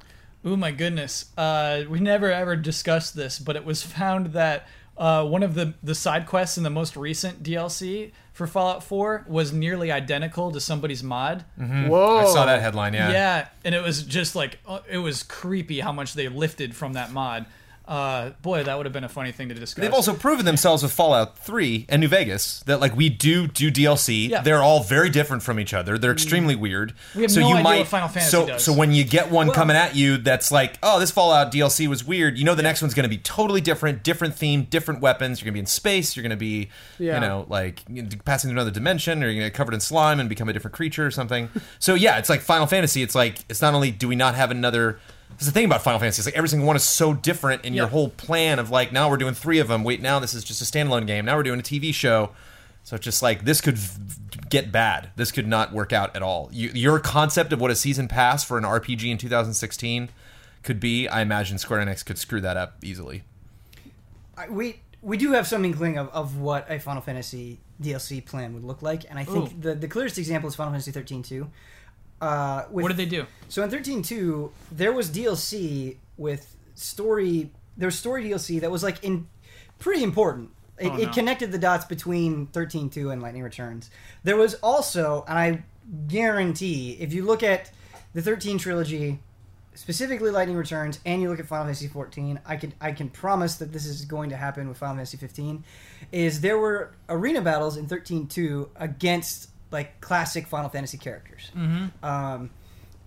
Oh my goodness. Uh, we never ever discussed this, but it was found that uh, one of the, the side quests in the most recent DLC for Fallout 4 was nearly identical to somebody's mod. Whoa! I saw that headline. Mm-hmm. Yeah. Yeah, and it was just like, uh, it was creepy how much they lifted from that mod. Uh, boy, that would have been a funny thing to discuss. They've also proven themselves with Fallout 3 and New Vegas that like we do do DLC. Yeah. Mm. They're all very different from each other. They're extremely weird. We have so no you idea might what Final Fantasy so does. so when you get one coming at you that's like, "Oh, this Fallout DLC was weird." You know the next one's going to be totally different, different theme, different weapons. You're going to be in space, you're going to be Yeah. you know, like you know, passing through another dimension or you're going to get covered in slime and become a different creature or something. so yeah, it's like Final Fantasy, it's like it's not only do we not have another that's the thing about Final Fantasy. It's like every single one is so different, and your Yeah. whole plan of like now we're doing three of them. Wait, now this is just a standalone game. Now we're doing a TV show. So it's just like this could v- get bad. This could not work out at all. You, your concept of what a season pass for an RPG in 2016 could be, I imagine Square Enix could screw that up easily. I, we we do have some inkling of, of what a Final Fantasy DLC plan would look like, and I Ooh. think the, the clearest example is Final Fantasy 13 2. Uh, with, what did they do? So in 13.2, there was DLC with story. There was story DLC that was like in pretty important. It, Oh, no. it connected the dots between 13.2 and Lightning Returns. There was also, and I guarantee, if you look at the 13 trilogy, specifically Lightning Returns, and you look at Final Fantasy 14, I can I can promise that this is going to happen with Final Fantasy 15. Is there were arena battles in 13.2 against like classic Final Fantasy characters Mm-hmm. um,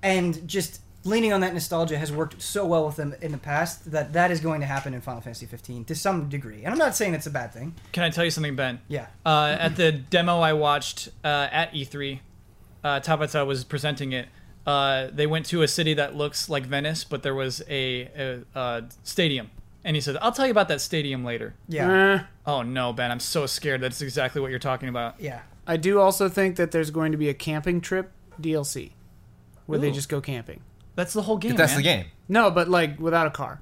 and just leaning on that nostalgia has worked so well with them in the past that that is going to happen in Final Fantasy 15 to some degree. And I'm not saying it's a bad thing. Can I tell you something, Ben? Yeah. Uh, at the demo I watched uh, at E3, uh, Tabata was presenting it. Uh, they went to a city that looks like Venice, but there was a, a, uh stadium. And he said, I'll tell you about that stadium later. Yeah. Eh. Oh no, Ben, I'm so scared. That's exactly what you're talking about. Yeah. I do also think that there's going to be a camping trip DLC where they Ooh. just go camping. That's the whole game. But that's man. the game. No, but like without a car.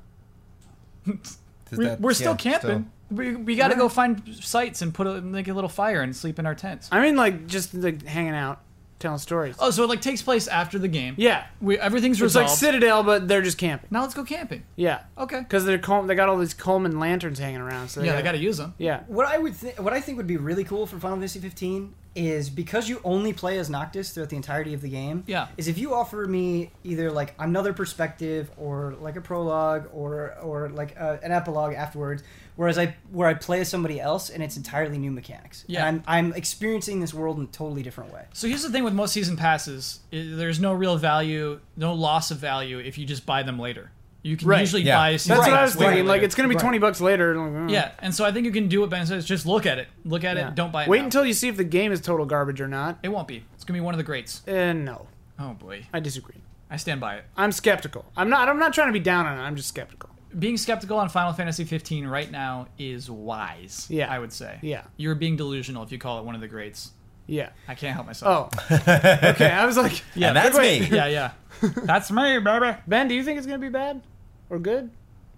Does We, that- we're still yeah, camping. We, we got to go find sites and put a, make a little fire and sleep in our tents. I mean, like just like hanging out, telling stories. Oh, so it like takes place after the game. Yeah, We, everything's it's resolved. like Citadel, but they're just camping. now let's go camping. Yeah, Okay. because they're Col- they got all these Coleman lanterns hanging around. So they Yeah, got, they got to use them. Yeah, What I would th- what I think would be really cool for Final Fantasy 15 is because you only play as Noctis throughout the entirety of the game. Yeah. Is if you offer me either like another perspective or like a prologue or or like a, an epilogue afterwards, whereas I where I play as somebody else and it's entirely new mechanics. Yeah. And I'm I'm experiencing this world in a totally different way. So here's the thing with most season passes: i there's no real value, no loss of value if you just buy them later. You can Right. usually Yeah. buy. A season That's what pass I was way thinking. Like later. it's gonna be Right. twenty bucks later. and, like, uh, yeah, and so I think you can do what Ben says: just look at it, look at it, don't buy it. Wait now. until you see if the game is total garbage or not. it won't be. It's gonna be one of the greats. And no, Oh boy, I disagree. I stand by it. I'm skeptical. I'm not. I'm not trying to be down on it. I'm just skeptical. Being skeptical on Final Fantasy 15 right now is wise. Yeah. I would say. Yeah. you're being delusional if you call it one of the greats. Yeah. I can't help myself. Oh. okay. I was like, yeah, And that's wait. me. Yeah, yeah, that's me, baby. Ben, do you think it's gonna be bad, or good,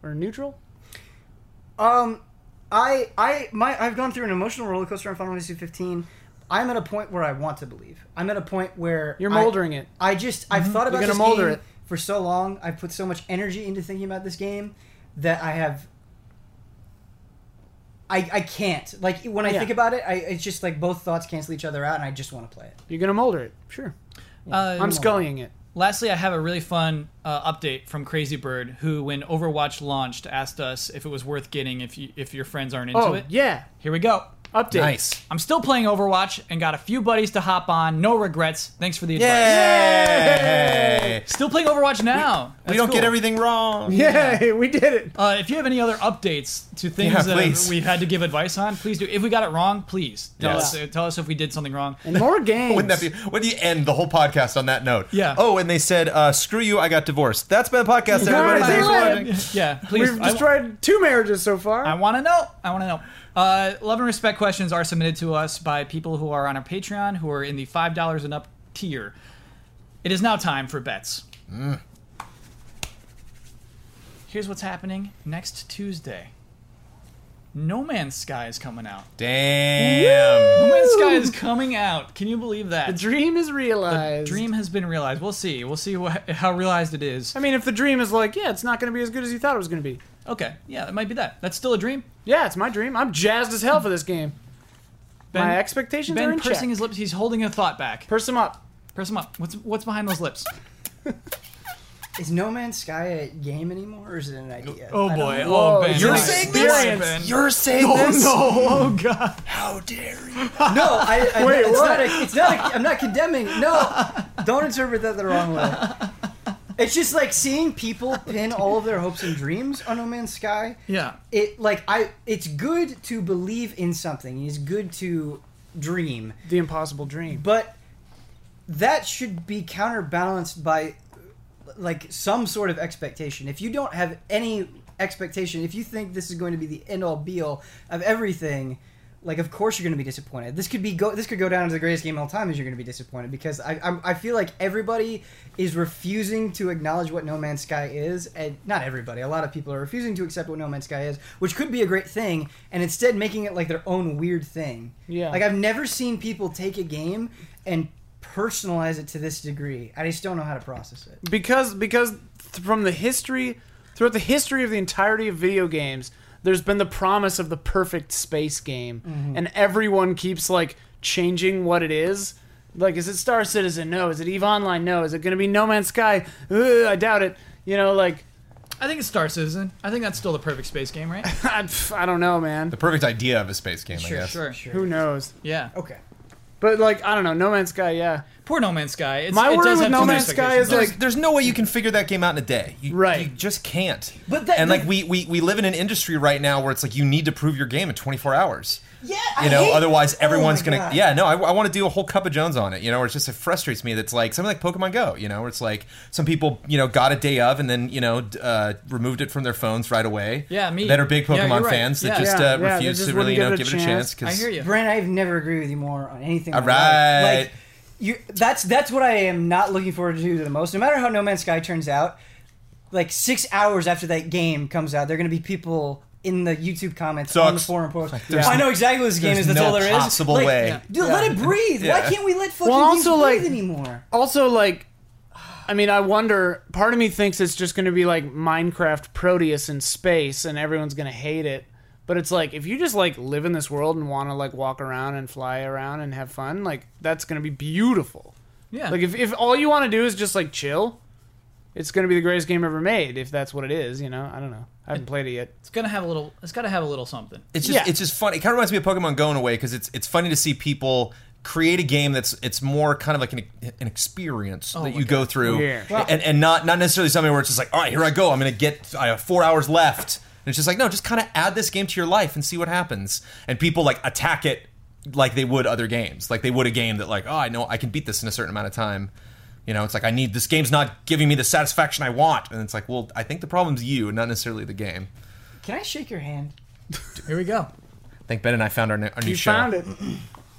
or neutral? Um, I I my I've gone through an emotional roller coaster on Final Fantasy 15. I'm at a point where I want to believe. I'm at a point where You're I- moldering it. Mm-hmm. I just I've thought about gonna this molder game it. for so long. I've put so much energy into thinking about this game that I have. I, I can't like when I Yeah. think about it. I it's just like both thoughts cancel each other out, and I just want to play it. You're gonna molder it. Sure. Uh, I'm scullying it. Lastly, I have a really fun uh, update from Crazy Bird, who, when Overwatch launched, asked us if it was worth getting if you, if your friends aren't into Oh it. yeah. Here we go. Update. Nice. I'm still playing Overwatch and got a few buddies to hop on. No regrets. Thanks for the advice. Yay! Still playing Overwatch now. We don't get everything wrong. Yay! We did it. Uh, if you have any other updates to things Yeah, that please. we've had to give advice on, please do. If we got it wrong, please tell Yes. us. Tell us if we did something wrong. And more games. Wouldn't that be? What do you end the whole podcast on that note? Yeah. Oh, and they said, uh, "Screw you, I got divorced." That's been a podcast. Everybody, Bye. thanks for Bye. watching. Yeah, please. We've I- destroyed two marriages so far. I want to know. I want to know. Uh, love and respect questions are submitted to us by people who are on our Patreon, who are in the five dollars and up tier. It is now time for bets. Mm. Here's what's happening next Tuesday. No Man's Sky is coming out. Damn. No Man's Sky is coming out. Can you believe that? the dream is realized. Dream has been realized. We'll see. We'll see what, how realized it is. I mean, if the dream is like, yeah, it's not going to be as good as you thought it was going to be. Okay. Yeah, it might be that. That's still a dream. Yeah, it's my dream. I'm jazzed as hell for this game. Ben, my expectations are ben in pursing check. his lips. He's holding a thought back. Purse them up. Press him up. What's what's behind those lips? Is No Man's Sky a game anymore, or is it an idea? Oh I don't boy! know. Oh, Ben. You're Nice. saying Experience, this? Ben. You're saying this? Oh no! Oh god! How dare you? No, I, I Wait, it's what? not. A, it's not. A, I'm not condemning. No, don't interpret that the wrong way. It's just like seeing people pin all of their hopes and dreams on No Man's Sky. Yeah. It like I. It's good to believe in something. It's good to dream, The impossible dream. but that should be counterbalanced by like some sort of expectation. If you don't have any expectation, if you think this is going to be the end all be all of everything, like of course you're going to be disappointed. This could be go this could go down to the greatest game of all time. Is you're going to be disappointed because I I'm, I feel like everybody is refusing to acknowledge what No Man's Sky is, and not everybody. A lot of people are refusing to accept what No Man's Sky is, which could be a great thing, and instead making it like their own weird thing. Yeah. Like I've never seen people take a game and personalize it to this degree. I just don't know how to process it. because because th- from the history throughout the history of the entirety of video games there's been the promise of the perfect space game Mm-hmm. and everyone keeps like changing what it is like is it star citizen no is it eve online no is it going to be no man's sky Ugh, i doubt it you know like I think it's Star Citizen. I think that's still the perfect space game, right? i, pff, I don't know man The perfect idea of a space game, I guess. Sure. who knows Yeah. Okay. but like i don't know no man's sky yeah Poor No Man's Sky. It's, My it worry does with have No too many Man's Sky expectations. is, like- There's, there's no way you can figure that game out in a day. You, Right. You just can't. But that- and like that- we, we we live in an industry right now where it's like you need to prove your game in 24 hours. Yeah, You know, Oh otherwise everyone's gonna. God. Yeah, no, I, I want to do a whole cup of Jones on it. You know, where it's just it frustrates me. That's like something like Pokemon Go. You know, where it's like some people you know got a day of and then you know d- uh, removed it from their phones right away. Yeah, me. That are big Yeah, you're Pokemon right. fans that Yeah. just Yeah, uh, yeah, they refuse just to really wouldn't you know give give it a it a chance. chance. 'cause- I hear you. Brent, I've never agreed with you more on anything. in my All life. right. Like you that's that's what I am not looking forward to the most. No matter how No Man's Sky turns out, like 6 hours after that game comes out, there're going to be people in the YouTube comments on the Sucks. forum post. there's- I know exactly what this game is. there's That's no all there is. possible Like, way. Yeah. dude, let it breathe. Why Yeah. can't we let fucking Well, games also, breathe like- anymore? also like I mean, I wonder. Part of me thinks it's just going to be like Minecraft Proteus in space, and everyone's going to hate it. But it's like if you just like live in this world and want to like walk around and fly around and have fun, like that's gonna be beautiful. Yeah. Like if, if all you want to do is just like chill, it's gonna be the greatest game ever made. If that's what it is, you know. I don't know. I haven't played it yet. it's gonna have a little. It's gotta have a little something. It's just Yeah. it's just funny. It kind of reminds me of Pokemon Go in a way because it's it's funny to see people create a game that's it's more kind of like an, an experience that my you go through Oh Yeah. and, and not not necessarily something where it's just like all right here I go I'm gonna get I have four hours left and it's just like no just kind of add this game to your life and see what happens and people like attack it like they would other games like they would a game that like oh I know I can beat this in a certain amount of time you know it's like I need this game's not giving me the satisfaction I want and it's like well I think the problem's you not necessarily the game Can I shake your hand? Here we go. I think Ben and I found our, new- our new You show found it.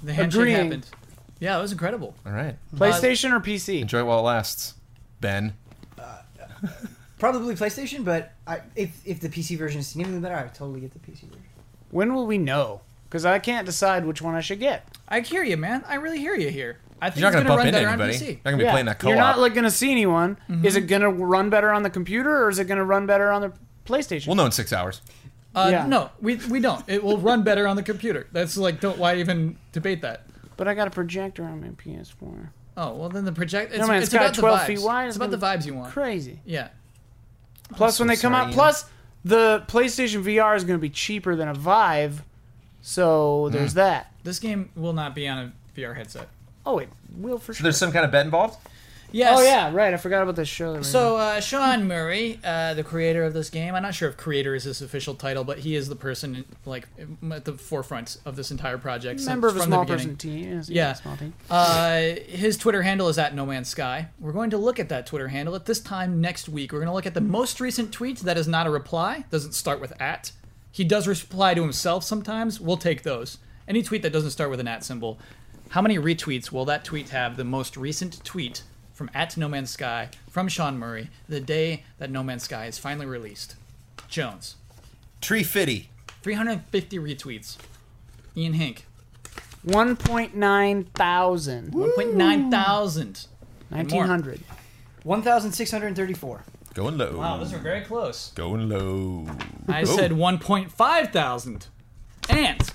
The handshake Agreeing. happened. Yeah, it was incredible. all right PlayStation or PC? Enjoy it while it lasts, Ben. Probably PlayStation, but I, if if the PC version is significantly better, I would totally get the PC version. When will we know? Because I can't decide which one I should get. I hear you, man. I really hear you here. I think You're not it's gonna bump run into better anybody. on You're PC. not gonna be playing that co-op. You're not like gonna see anyone. Mm-hmm. Is it gonna run better on the computer or is it gonna run better on the PlayStation? we'll know in six hours. Uh, Yeah. No, we, we don't. It will run better on the computer. That's like, don't why even debate that? but I got a projector on my PS4. Oh well, then the project. It's, I mean, it's, it's got about the vibes. 12 feet wide. It's about the It's vibes you want. Crazy. Yeah. Plus, when so they come sorry, out, Ian. plus the PlayStation VR is going to be cheaper than a Vive, so Mm-hmm. there's that. This game will not be on a VR headset. Oh, it will for sure. There's some kind of bet involved. Yes. oh yeah, right. I forgot about this show. that we're So uh, Sean Murray, uh, the creator of this game, I'm not sure if creator is his official title, but he is the person like at the forefront of this entire project. doing. since- member of a from the small beginning. person team. Yes, Yeah. small team. Uh, his Twitter handle is at No Man's Sky. We're going to look at that Twitter handle at this time next week. We're going to look at the most recent tweet that is not a reply, doesn't start with at. He does reply to himself sometimes. We'll take those. Any tweet that doesn't start with an at symbol. How many retweets will that tweet have? The most recent tweet from at No Man's Sky from Sean Murray the day that No Man's Sky is finally released. Jones, Tree Fitty. 350 retweets. Ian Hink, One point nine thousand. 1.9 thousand. Nineteen hundred. One thousand six hundred thirty-four. Going low. Wow, those are very close. Going low. I Oh. said 1.5 thousand. And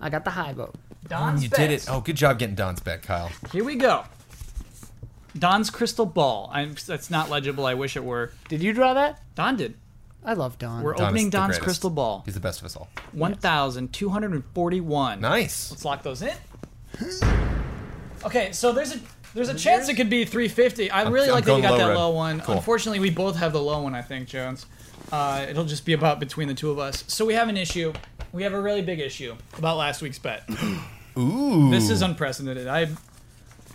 I got the high vote. Don's You did it. bets. Oh, good job getting Don's bet, Kyle. Here we go. Don's crystal ball. I'm, that's not legible. I wish it were. Did you draw that? Don did. I love Don. We're Don is opening the Don's greatest. crystal ball. He's the best of us all. 1,241. Nice. Let's lock those in. Okay, so there's a there's a chance it could be 350. I really I'm like that you going got low that red. low one. Cool. Unfortunately, we both have the low one. I think Jones. Uh, it'll just be about between the two of us. So we have an issue. We have a really big issue about last week's bet. Ooh. This is unprecedented. I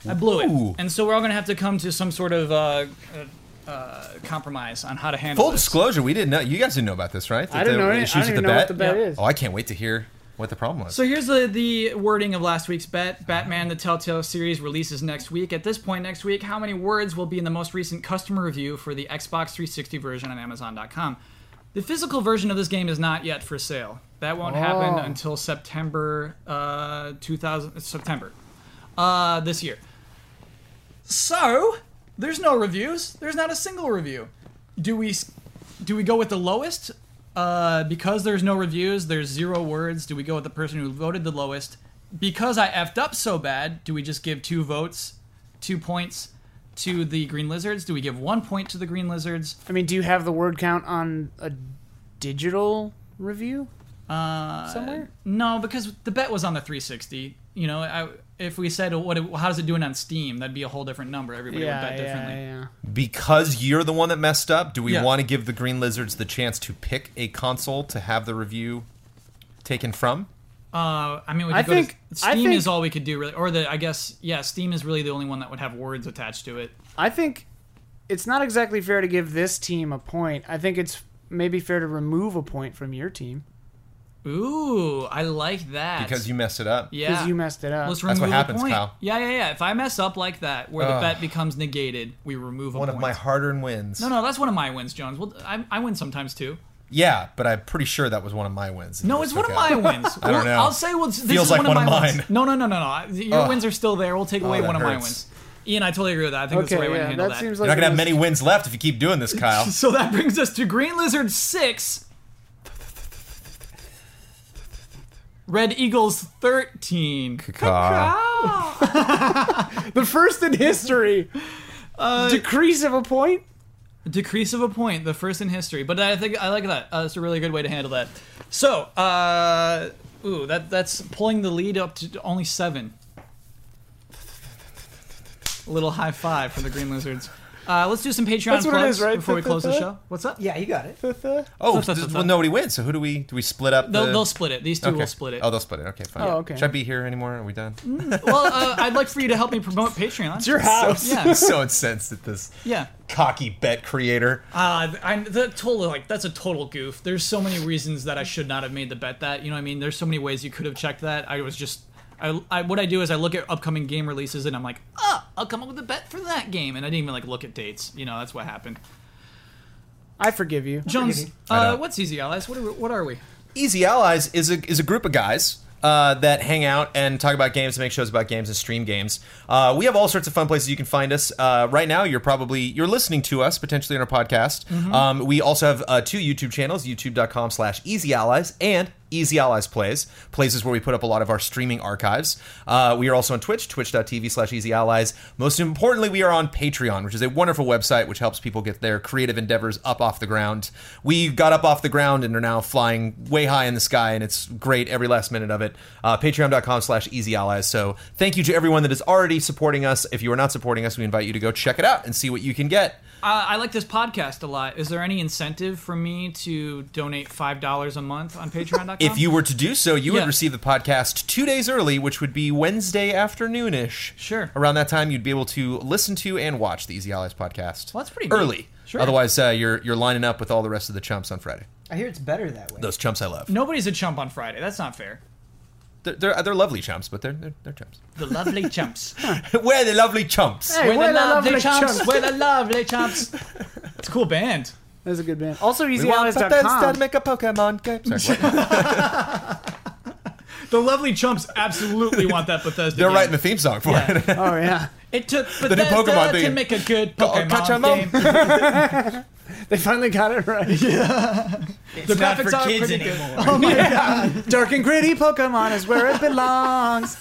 I blew it, Ooh. and so we're all gonna have to come to some sort of uh, uh, uh, compromise on how to handle Full this. disclosure, we didn't know. You guys didn't know about this, right? I didn't The- know. the Any, I issues don't with even know what the bet Yeah. is. Oh, I can't wait to hear what the problem was. So here's the the wording of last week's bet. Batman the Telltale series releases next week. At this point next week, how many words will be in the most recent customer review for the Xbox 360 version on amazon.com? The physical version of this game is not yet for sale. That won't happen Oh. until September uh, 2000 September uh, this year. So, there's no reviews. There's not a single review. Do we do we go with the lowest? Uh, because there's no reviews, there's zero words. Do we go with the person who voted the lowest? Because I effed up so bad, do we just give two votes, two points to the Green Lizards? Do we give one point to the Green Lizards? I mean, do you have the word count on a digital review? Uh, somewhere. No, because the bet was on the 360. You know, I, if we said what, it- how does it doing on Steam, that'd be a whole different number. Everybody would bet differently. yeah. because you're the one that messed up, do we Yeah. want to give the Green Lizards the chance to pick a console to have the review taken from? Uh, I mean, we could I go to- think- Steam I think- is all we could do, really. Or the, I guess, yeah, Steam is really the only one that would have words attached to it. I think it's not exactly fair to give this team a point. I think it's maybe fair to remove a point from your team Ooh, I like that. Because you messed it up. yeah, because you messed it up. Let's That's what remove a happens, point. Kyle. Yeah, yeah, yeah. If I mess up like that, where the Ugh. bet becomes negated, we remove a One point. of my hard-earned wins. no, no, that's one of my wins, Jones. Well, I, I win sometimes too. Yeah, but I'm pretty sure that was one of my wins. No, it's one of my wins. I don't Well, know. I'll say well, this Feels is like one of one my of mine. wins. No, no, no, no, no. Your Ugh. Oh, wins are still there. We'll take away that one of my hurts. wins. Ian, I totally agree with that. I think that's the okay, right way to yeah, handle that, that. seems You're like not gonna it have was- many wins left if you keep doing this, Kyle. So that brings us to Green Lizard 6. Red Eagles 13. Caw. The first in history. Uh, Decrease of a point. Decrease of a point, the first in history. But I think I like that. Uh, that's a really good way to handle that. So, uh, ooh, that that's pulling the lead up to only seven. Little high five for the Green Lizards. Uh, let's do some Patreon That's what it plugs is, right? before we close the show. What's up? Yeah, you got it. Oh, Stop, stop, does- stop, well, stop. nobody wins. So who do we do? We split up. They'll, the- they'll split it. These two Okay. will split it. Oh, they'll split it. Okay, fine. Oh, okay. Should I be here anymore? Are we done? Well, uh, I'd like for you to help me promote Patreon. It's your house. So, Yeah. so incensed at this Yeah. cocky bet creator. Uh, I'm the total like that's a total goof. There's so many reasons that I should not have made the bet that you know what I mean. There's so many ways you could have checked that. I was just I, I what I do is I look at upcoming game releases and I'm like, ah, I'll come up with a bet for that game, and I didn't even like look at dates. You know that's what happened. I forgive you. Jones, I uh, know. what's Easy Allies? What are we, what are we? Easy Allies is a is a group of guys. Uh, that hang out and talk about games and make shows about games and stream games. Uh, we have all sorts of fun places you can find us. Uh, right now, you're probably you're listening to us potentially on our podcast. Um, we also have uh, two YouTube channels: YouTube.com/slash Easy Allies and Easy Allies Plays. Plays is where we put up a lot of our streaming archives. Uh, we are also on Twitch, twitch.tv slash easy allies. Most importantly, we are on Patreon, which is a wonderful website which helps people get their creative endeavors up off the ground. We got up off the ground and are now flying way high in the sky, and it's great every last minute of it. Uh, Patreon.com slash easy allies. So thank you to everyone that is already supporting us. If you are not supporting us, we invite you to go check it out and see what you can get. Uh, I like this podcast a lot. Is there any incentive for me to donate five dollars a month on Patreon.com? If you were to do so, you Yeah. would receive the podcast two days early, which would be Wednesday afternoonish. Sure. Around that time, you'd be able to listen to and watch the Easy Allies podcast. Well, that's pretty neat. early. Sure. Otherwise, uh, you're you're lining up with all the rest of the chumps on Friday. I hear it's better that way. Those chumps I love. nobody's a chump on Friday. That's not fair. They're, they're they're lovely chumps, but they're they're, they're chumps. The lovely chumps. We're the lovely chumps. Hey, We're what the a lovely lovely chumps. chump. We're the lovely chumps. It's a cool band. That's a good band. Also, want to easyallies.com. make a Pokemon game. Sorry, what? The lovely chumps absolutely want that Bethesda. they're game. writing the theme song for Yeah. it. Oh yeah, It took Bethesda new Pokemon to thing. make a good Go- Pokemon catch 'em game. they finally got it right. the graphics are pretty good. Oh my god, dark and gritty Pokemon is where it belongs.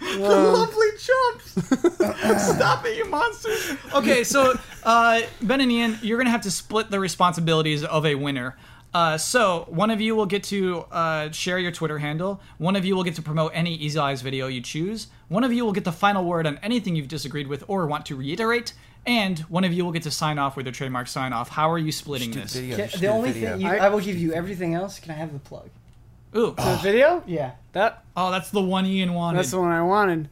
Whoa. Lovely chumps. Stop it, you monsters. Okay, so uh, Ben and Ian, you're gonna have to split the responsibilities of a winner. Uh, so one of you will get to uh, share your Twitter handle. One of you will get to promote any Easy Eyes video you choose. One of you will get the final word on anything you've disagreed with or want to reiterate. And one of you will get to sign off with a trademark sign off. How are you splitting this? Can- the only thing you, I- I will give you everything else. Can I have the plug? Ooh, The video? Yeah. That oh, that's the one Ian wanted. that's the one I wanted.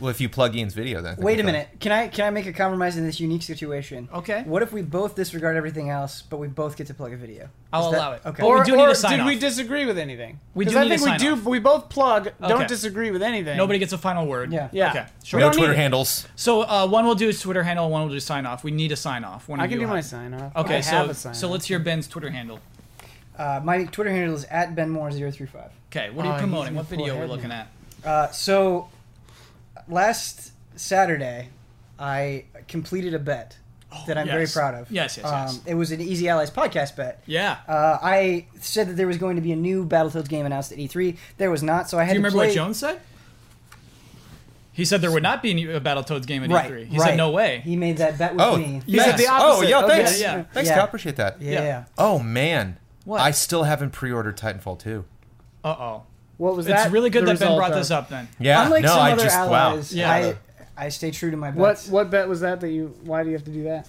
well, if you plug Ian's video, then I think Wait we're done. a minute. Can I can I make a compromise in this unique situation? Okay. What if we both disregard everything else, but we both get to plug a video? I'll Is that- allow it. Okay. But we Or, do need or a sign did off. we disagree with anything? We 'Cause do I need a think we sign do. off. We both plug. Okay. Don't disagree with anything. Nobody gets a final word. Yeah. Yeah. Okay. Sure. We No don't need Twitter it. handles. So uh, one will do his Twitter handle, one will do sign off. We need a sign off. One I of can you do my has- sign off. Okay, I so have a sign so off. let's hear Ben's Twitter handle. Uh, my Twitter handle is at benmore035. Okay, what are you Oh, he's promoting? in What the video are we forehead looking now. at? Uh, so last Saturday, I completed a bet that I'm very yes. proud of. Um, Yes, yes, yes. It was an Easy Allies podcast bet. Yeah. Uh, I said that there was going to be a new Battletoads game announced at E3. There was not, so I had do you to remember play. what Jones said? He said there would not be a new- a Battletoads game at Right. E3. He right. said no way. He made that bet with Oh, me. He said thanks. the oh, opposite. yeah, Okay. thanks. Yeah. Thanks, Yeah. Cal. Appreciate that. Yeah. Yeah. Oh man, What? I still haven't pre-ordered Titanfall 2. Uh oh. What was that? It's really good the that Ben result brought of? this up then. Yeah, Unlike no, some I other just allies, wow. Yeah. I, I stay true to my What bets. what bet was that that you? Why do you have to do that?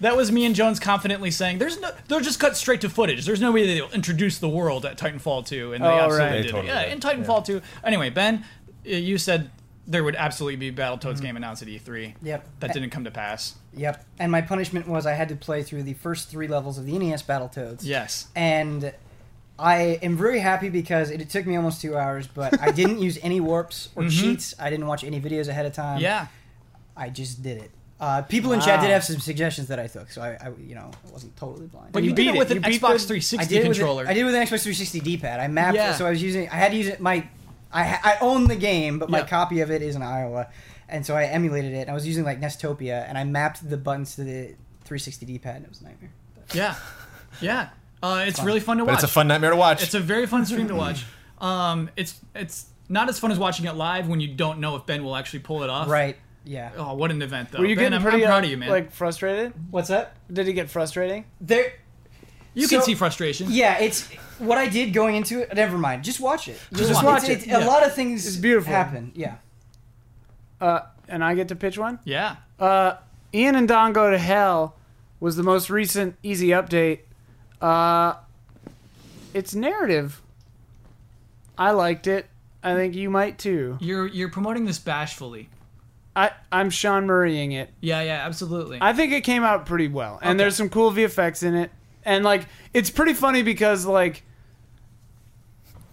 That was me and Jones confidently saying there's no they'll just cut straight to footage. There's no way that they'll introduce the world at Titanfall 2 and they Oh, absolutely right. They did. it. totally yeah, did. in Titanfall 2. Anyway, Ben, uh, you said there would absolutely be Battletoads Mm-hmm. game announced at E E3. Yep. Eh, That didn't come to pass. Yep. And my punishment was I had to play through the first three levels of the NES Battletoads. Yes. And I am very happy because it, it took me almost two hours, but I didn't use any warps or cheats. I didn't watch any videos ahead of time. Mm-hmm. Yeah. I just did it. Uh, people in chat did Wow. have some suggestions that I took, so I, I you know, I wasn't totally blind. But you, beat did it it. with You an beat Xbox the- 360 I did it with a- controller. I did it with an Xbox 360 D-pad. I mapped Yeah. it, so I was using. I had to use it. My, I ha- I own the game, but my Yeah. copy of it is in Iowa, and so I emulated it. And I was using like Nestopia, and I mapped the buttons to the 360 D-pad, and it was a nightmare. Yeah. Yeah. Uh, it's really fun to But watch. it's a fun nightmare to watch. It's a very fun stream to watch. Um, it's it's not as fun as watching it live when you don't know if Ben will actually pull it off. Right. Yeah. Oh, what an event though. Were you ben, getting I'm, pretty I'm proud uh, of you, man. like frustrated? What's that? Did it get frustrating? There. you so- can see frustration. Yeah, it's what I did going into it. Never mind. Just watch it. Just It's- watch it's- it, it's- A yeah. lot of things It's beautiful. happen. Yeah. Uh, and I get to pitch one. Yeah. Uh, Ian and Don go to hell was the most recent easy update. Uh, it's narrative. I liked it. I think you might too. You're you're promoting this bashfully. I I'm Sean Murraying it. Yeah, yeah, absolutely. I think it came out pretty well, and Okay. there's some cool VFX in it, and like it's pretty funny because like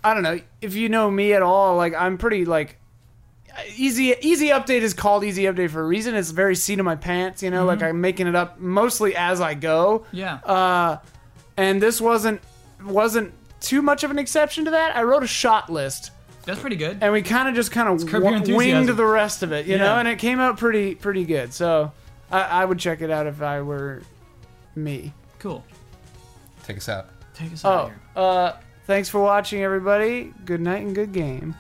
I don't know if you know me at all, like I'm pretty like easy easy update is called easy update for a reason. It's very seat of my pants, you know, like I'm making it up mostly as I go. yeah. Uh, and this wasn't wasn't too much of an exception to that. I wrote a shot list That's pretty good. and we kind of just kind of Curb Your Enthusiasm. winged the rest of it, you know. Yeah. And it came out pretty pretty good. So I, I would check it out if I were me. Cool. Take us out. Take us out of Oh, here. uh, thanks for watching, everybody. Good night and good game.